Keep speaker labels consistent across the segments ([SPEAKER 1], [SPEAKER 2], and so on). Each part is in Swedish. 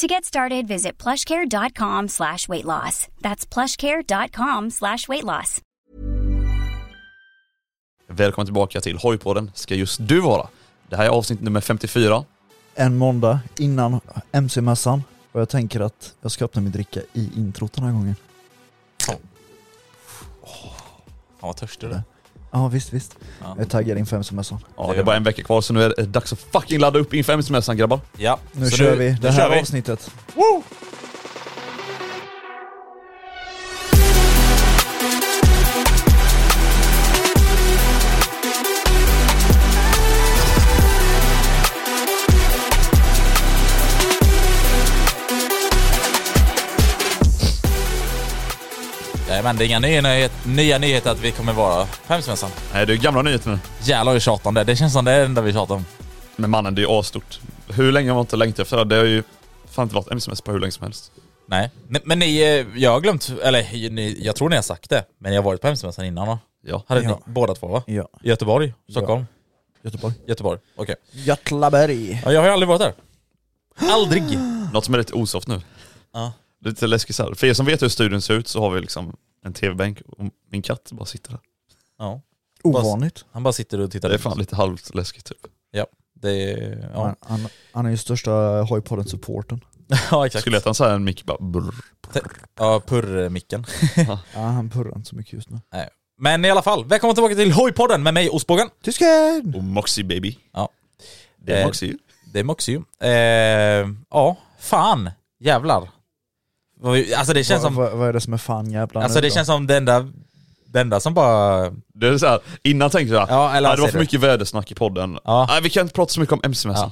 [SPEAKER 1] To get started, visit plushcare.com slash weight loss. That's plushcare.com slash weight loss.
[SPEAKER 2] Välkommen tillbaka till Hojpodden ska just du vara. Det här är avsnitt nummer 54.
[SPEAKER 3] en måndag innan MC-mässan och jag tänker att jag ska öppna min dricka i introt den här gången.
[SPEAKER 4] Fan vad törstig du är.
[SPEAKER 3] Ja visst, visst.
[SPEAKER 4] Ja.
[SPEAKER 3] Jag är taggad inför MC-mässan.
[SPEAKER 2] Ja, det är bara en vecka kvar så nu är det dags att fucking ladda upp inför MC-mässan grabbar.
[SPEAKER 4] Ja.
[SPEAKER 3] Nu
[SPEAKER 4] så
[SPEAKER 3] kör vi
[SPEAKER 4] nu
[SPEAKER 3] det här
[SPEAKER 4] kör vi.
[SPEAKER 3] avsnittet.
[SPEAKER 4] Jajamän, det är inga nya, nyhet, nya nyheter att vi kommer vara på Hemsmässan.
[SPEAKER 2] Nej, det är gamla nyheter nu.
[SPEAKER 4] Jävlar vi tjatar om det. Det känns som det är det enda vi tjatar om.
[SPEAKER 2] Men mannen, det är ju asstort. Hur länge har man inte längtat efter det? här? Det har ju fan inte varit MC-mässa på hur länge som helst.
[SPEAKER 4] Nej. Men- Men ni, eh, jag har glömt, eller ni, jag tror ni har sagt det, men jag har varit på Hemsmässan innan va?
[SPEAKER 2] Ja.
[SPEAKER 4] Hade
[SPEAKER 3] Ja.
[SPEAKER 4] ni båda två va?
[SPEAKER 3] Ja.
[SPEAKER 4] Göteborg, Stockholm,
[SPEAKER 3] Göteborg.
[SPEAKER 4] Göteborg. Okej.
[SPEAKER 3] Götlaberg.
[SPEAKER 4] Ja, jag har ju aldrig varit där. Aldrig!
[SPEAKER 2] Något som är lite osoft nu.
[SPEAKER 4] Ja.
[SPEAKER 2] Lite läskigt så här. För er som vet hur studion ser ut så har vi liksom en tv-bänk och min katt bara sitter där.
[SPEAKER 4] Ja.
[SPEAKER 3] Ovanligt.
[SPEAKER 4] Han bara sitter och tittar.
[SPEAKER 2] Det är fan lite halvt läskigt typ.
[SPEAKER 4] Det är, ja.
[SPEAKER 3] Han, han, han är ju största hojpodden-supporten.
[SPEAKER 4] ja, exakt.
[SPEAKER 2] Skulle äta en sån här mick bara brr.
[SPEAKER 4] Ja, purrmicken.
[SPEAKER 3] Ja, han purrar inte så mycket just nu.
[SPEAKER 4] Men i alla fall, välkommen tillbaka till Hojpodden med mig Ostbågen.
[SPEAKER 3] Tysken!
[SPEAKER 2] Och Moxie baby.
[SPEAKER 4] Ja.
[SPEAKER 2] Det är
[SPEAKER 4] Eh,
[SPEAKER 2] Moxie.
[SPEAKER 4] Det mocks ju. Eh, ja, fan. Jävlar. Vad vi- Alltså det känns
[SPEAKER 3] Vad,
[SPEAKER 4] som,
[SPEAKER 3] vad, vad är det som är fan jävlar
[SPEAKER 4] alltså
[SPEAKER 3] nu
[SPEAKER 4] det
[SPEAKER 3] då?
[SPEAKER 4] känns som det enda, det enda som bara...
[SPEAKER 2] Det är så här, innan tänkte jag
[SPEAKER 4] Ja, eller
[SPEAKER 2] nej, det var
[SPEAKER 4] säger
[SPEAKER 2] för
[SPEAKER 4] du?
[SPEAKER 2] mycket vädersnack i podden.
[SPEAKER 4] Ja.
[SPEAKER 2] Nej, vi kan inte prata så mycket om MC-mässan.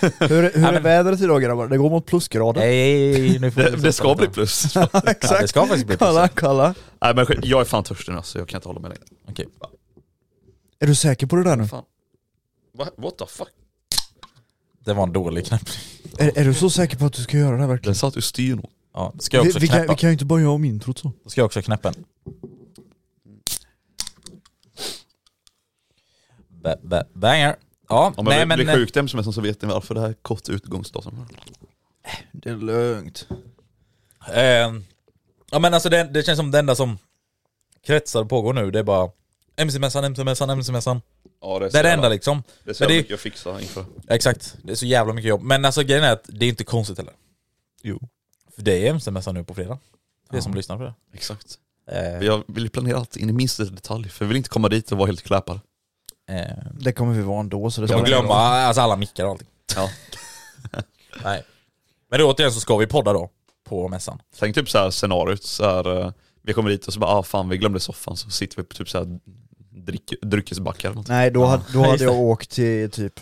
[SPEAKER 3] Hur, hur
[SPEAKER 4] Ja,
[SPEAKER 3] är
[SPEAKER 4] men-
[SPEAKER 3] vädret idag grabbar? Det går mot plusgrader.
[SPEAKER 4] Nej, nu får vi
[SPEAKER 2] Det,
[SPEAKER 4] sluta
[SPEAKER 2] det ska
[SPEAKER 4] prata.
[SPEAKER 2] bli plus.
[SPEAKER 3] Exakt.
[SPEAKER 4] det ska faktiskt bli plus.
[SPEAKER 3] Kolla, kolla.
[SPEAKER 2] nej men skit, jag är fan törstig nu alltså, jag kan inte hålla mig längre.
[SPEAKER 4] Okej.
[SPEAKER 3] Är du säker på det där nu?
[SPEAKER 2] Fan. Va, what the fuck?
[SPEAKER 4] Det var en dålig knapp.
[SPEAKER 3] Är, är du så säker på att du ska göra det här verkligen?
[SPEAKER 2] Den satt ur styr nog.
[SPEAKER 4] Ja, ska jag
[SPEAKER 3] Vi,
[SPEAKER 4] också
[SPEAKER 3] vi, kan,
[SPEAKER 4] knäppa?
[SPEAKER 3] vi kan ju inte bara göra om introt så.
[SPEAKER 4] Ska jag också knäppa en? Ba- ba- Banger. Ja,
[SPEAKER 2] Om
[SPEAKER 4] nej
[SPEAKER 2] jag blir-
[SPEAKER 4] men...
[SPEAKER 2] blir sjukt i MC-mässan så vet ni varför det här är kort utgångsdatum.
[SPEAKER 3] Det är lugnt.
[SPEAKER 4] Eh, ja men alltså det, det känns som det enda som kretsar pågår nu, det är bara MC-mässan, MC-mässan, MC-mässan.
[SPEAKER 2] Ja,
[SPEAKER 4] Det är det enda liksom.
[SPEAKER 2] Det är så
[SPEAKER 4] Men det-
[SPEAKER 2] jävla mycket att fixa inför.
[SPEAKER 4] Exakt, det är så jävla mycket jobb. Men alltså grejen är att det är inte konstigt heller.
[SPEAKER 2] Jo.
[SPEAKER 4] För det är MC-mässan nu på fredag. Det är som lyssnar på det.
[SPEAKER 2] Exakt.
[SPEAKER 4] Eh,
[SPEAKER 2] Jag vill ju planera allt in i minsta detalj, för jag vill inte komma dit och vara helt kläpad.
[SPEAKER 4] eh,
[SPEAKER 3] Det kommer vi vara ändå så det
[SPEAKER 4] och
[SPEAKER 3] spelar ingen
[SPEAKER 4] glömma
[SPEAKER 3] roll.
[SPEAKER 4] alltså, alla mickar och allting.
[SPEAKER 2] Ja.
[SPEAKER 4] Nej. Men då, återigen så ska vi podda då, på mässan.
[SPEAKER 2] Tänk typ så här scenariot, så här, eh, vi kommer dit och så bara ah fan vi glömde soffan, så sitter vi på typ så här drick, dryckesbackar eller något.
[SPEAKER 3] Nej då, hade, då
[SPEAKER 4] just
[SPEAKER 3] hade jag
[SPEAKER 4] det.
[SPEAKER 3] åkt till typ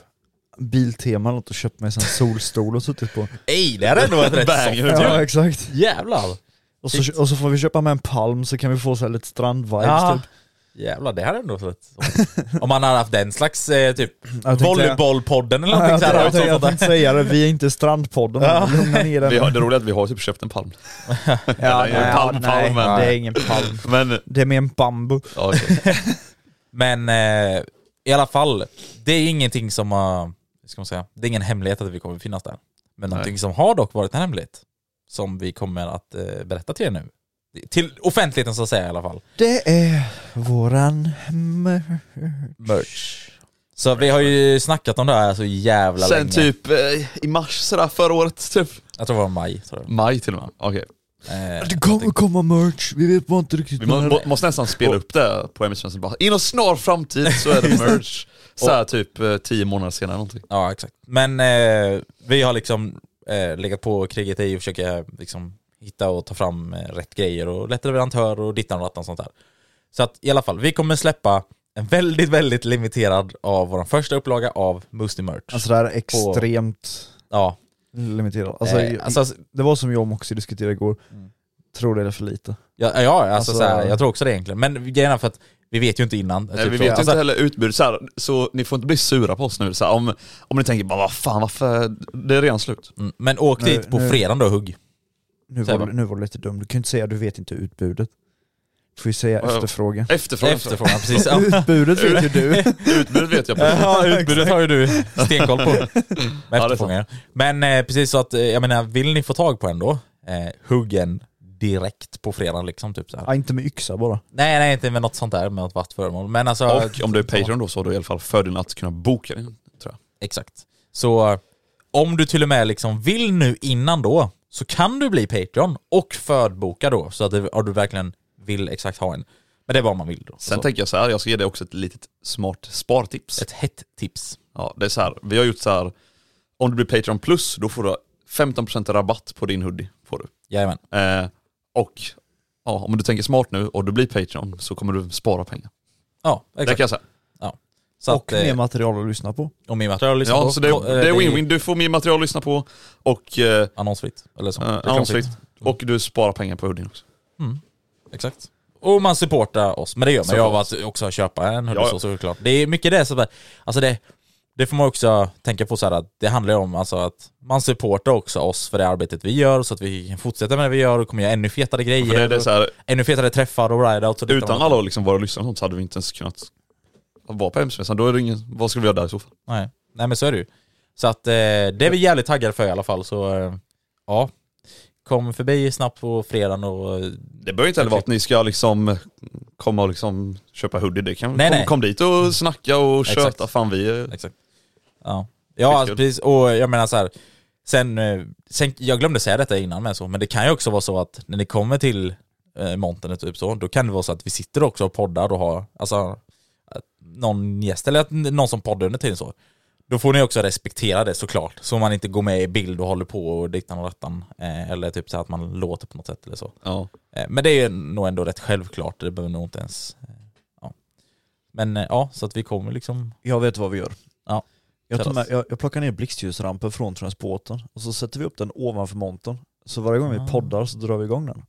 [SPEAKER 3] Biltema eller något och köpt mig en sån solstol och suttit på.
[SPEAKER 4] Ey, det hade ändå varit rätt
[SPEAKER 2] Banger,
[SPEAKER 4] soft.
[SPEAKER 2] typ.
[SPEAKER 3] Ja exakt.
[SPEAKER 4] Jävlar!
[SPEAKER 3] Och så, och så får vi köpa med en palm så kan vi få så här lite strandvibes
[SPEAKER 4] Ja.
[SPEAKER 3] typ.
[SPEAKER 4] Jävlar, det hade ändå varit... Om man hade haft den slags eh, typ
[SPEAKER 3] tänkte-
[SPEAKER 4] volleybollpodden eller
[SPEAKER 3] Ja,
[SPEAKER 4] någonting
[SPEAKER 3] jag,
[SPEAKER 4] såhär.
[SPEAKER 3] jag,
[SPEAKER 4] Sånt
[SPEAKER 3] jag, jag
[SPEAKER 4] där.
[SPEAKER 3] tänkte säga det, vi är inte strandpodden. Lugna ner den.
[SPEAKER 2] Vi har, det roliga är att vi har typ köpt en palm.
[SPEAKER 3] Ja,
[SPEAKER 2] det är en palm,
[SPEAKER 3] nej,
[SPEAKER 2] palmen.
[SPEAKER 3] det är ingen palm.
[SPEAKER 2] Men,
[SPEAKER 3] Det är mer en bambu.
[SPEAKER 2] ja, okej.
[SPEAKER 4] Men eh, i alla fall, det är ingenting som har, vad ska man säga, det är ingen hemlighet att vi kommer att finnas där. Men någonting som har dock varit en hemlighet, som vi kommer att eh, berätta till er nu. Till offentligheten så att säga i alla fall.
[SPEAKER 3] Det är våran... mer-
[SPEAKER 4] Merch. Så vi har ju snackat om det här så jävla
[SPEAKER 2] Sen
[SPEAKER 4] länge.
[SPEAKER 2] typ eh, i mars sådär förra året, typ.
[SPEAKER 4] Jag tror det var maj. Tror jag.
[SPEAKER 2] Maj till och med. Okej.
[SPEAKER 4] Eh,
[SPEAKER 3] Det kommer komma merch, vi vet bara inte riktigt
[SPEAKER 2] Vi må,
[SPEAKER 3] när.
[SPEAKER 2] må, måste nästan spela upp det på MS bara. Inom snar framtid så är det merch. Såhär typ eh, tio månader senare någonting.
[SPEAKER 4] Ja, exakt. Men eh, vi har liksom eh, legat på kriget i och försöka liksom, hitta och ta fram eh, rätt grejer och lätt leverantör och dittan och dattan och sånt där. Så att i alla fall, vi kommer släppa en väldigt, väldigt limiterad av vår första upplaga av Moosty Merch.
[SPEAKER 3] Alltså det här är extremt
[SPEAKER 4] ja,
[SPEAKER 3] limiterat. Alltså,
[SPEAKER 4] eh,
[SPEAKER 3] jag-
[SPEAKER 4] alltså,
[SPEAKER 3] det var som jag och Moxie diskuterade igår. Tror det är för lite.
[SPEAKER 4] ja, ja alltså,
[SPEAKER 3] Alltså-
[SPEAKER 4] så här, jag tror också det egentligen. Men grejen är för att vi vet ju inte innan.
[SPEAKER 2] Nej, vi
[SPEAKER 4] så.
[SPEAKER 2] vet ju
[SPEAKER 4] Alltså,
[SPEAKER 2] inte heller utbud så, här, så ni får inte bli sura på oss nu. Så här, om, om ni tänker bara vad fan varför, det är redan slut.
[SPEAKER 4] mm, Men åk
[SPEAKER 3] Nu-
[SPEAKER 4] dit på
[SPEAKER 3] nu-
[SPEAKER 4] fredagen då och hugg.
[SPEAKER 3] Nu
[SPEAKER 4] Säg
[SPEAKER 3] var,
[SPEAKER 4] bara.
[SPEAKER 3] du- nu var du lite dum, du kan ju inte säga du vet inte utbudet. Du får ju säga
[SPEAKER 2] Ja.
[SPEAKER 3] efterfrågan.
[SPEAKER 2] Efterfrågan.
[SPEAKER 4] Efterfrågan, precis. Ja.
[SPEAKER 3] Utbudet vet ju du.
[SPEAKER 2] Utbudet vet jag på.
[SPEAKER 4] Ja, utbudet har ju du stenkoll på. Med
[SPEAKER 2] sant.
[SPEAKER 4] efterfångar. Men eh, precis så att, eh, jag menar, vill ni få tag på en då, eh, hugg en direkt på fredagen liksom. Typ så här.
[SPEAKER 3] Ja, inte med yxa bara.
[SPEAKER 4] Nej, nej, inte med något sånt där, med något vasst föremål. Men alltså...
[SPEAKER 2] Och om du är Patreon då så har du i alla fall fördelen att kunna boka den. Tror jag.
[SPEAKER 4] Exakt. Så eh, om du till och med liksom vill nu innan då, så kan du bli Patreon och förboka då, så att du, om du verkligen vill exakt ha en. Men det är vad man vill då.
[SPEAKER 2] Sen
[SPEAKER 4] Så,
[SPEAKER 2] tänker jag så här, jag ska ge dig också ett litet smart spartips.
[SPEAKER 4] ett hett tips.
[SPEAKER 2] Ja, det är så här, vi har gjort så här, om du blir Patreon plus då får du 15% rabatt på din hoodie. Får du.
[SPEAKER 4] Jajamän.
[SPEAKER 2] Eh, och ja, om du tänker smart nu och du blir Patreon så kommer du spara pengar.
[SPEAKER 4] Ja,
[SPEAKER 2] Det
[SPEAKER 4] exakt.
[SPEAKER 2] kan jag säga.
[SPEAKER 4] Så att,
[SPEAKER 3] och mer
[SPEAKER 4] eh,
[SPEAKER 3] material att lyssna på.
[SPEAKER 4] och mer material liksom
[SPEAKER 2] Ja,
[SPEAKER 4] då.
[SPEAKER 2] så det,
[SPEAKER 4] Eh,
[SPEAKER 2] det är win-win. Du får mer material att lyssna på och eh,
[SPEAKER 4] Annonsfritt. Eller så.
[SPEAKER 2] eh, annonsfritt. Och du sparar pengar på hoodien också.
[SPEAKER 4] Exakt. Och man supportar oss, men det gör man ju
[SPEAKER 2] Såklart.
[SPEAKER 4] av att också köpa en hoodie
[SPEAKER 2] Ja, ja.
[SPEAKER 4] så såklart. Det är mycket det som är, alltså det, det får man också tänka på så här att det handlar ju om alltså att man supportar också oss för det arbetet vi gör så att vi kan fortsätta med det vi gör och kommer göra ännu fetare
[SPEAKER 2] För
[SPEAKER 4] grejer.
[SPEAKER 2] det, det är så här,
[SPEAKER 4] Ännu fetare träffar och rideouts och detta och
[SPEAKER 2] utan
[SPEAKER 4] datten.
[SPEAKER 2] alla liksom våra lyssnare och sånt så hade vi inte ens kunnat vara på hemsmässan. Då är det ingen, vad ska vi göra där i så fall?
[SPEAKER 4] Nej. Nej men så är det ju. Så att eh, det är vi jävligt taggade för i alla fall så eh, ja. Kom förbi snabbt på fredagen och eh,
[SPEAKER 2] Det behöver inte heller vara att ni ska liksom komma och liksom köpa hoodie. Det kan,
[SPEAKER 4] Nej,
[SPEAKER 2] kom,
[SPEAKER 4] nej.
[SPEAKER 2] kom dit och snacka och
[SPEAKER 4] Exakt.
[SPEAKER 2] köta. Fan vi är...
[SPEAKER 4] Exakt. Ja, ja alltså,
[SPEAKER 2] kul.
[SPEAKER 4] precis. Och jag menar så här, sen, eh, sen, jag glömde säga detta innan men så, men det kan ju också vara så att när ni kommer till eh, montern och typ så, då kan det vara så att vi sitter också och poddar och har, alltså, att någon gäst eller att någon som poddar under tiden så. Då får ni också respektera det såklart, så man inte går med i bild och håller på och dittan och dattan. Eh, eller typ så här att man låter på något sätt eller så.
[SPEAKER 2] Ja.
[SPEAKER 4] Eh, Men det är ju nog ändå rätt självklart, det behöver nog inte ens... eh, Ja. Men eh, ja, så att vi kommer liksom...
[SPEAKER 3] Jag vet vad vi gör.
[SPEAKER 4] Ja.
[SPEAKER 3] Jag, tar
[SPEAKER 4] Kör
[SPEAKER 3] med,
[SPEAKER 4] oss.
[SPEAKER 3] jag, jag plockar ner blixtljusrampen från transporten och så sätter vi upp den ovanför montern. Så varje gång vi poddar så drar vi igång den.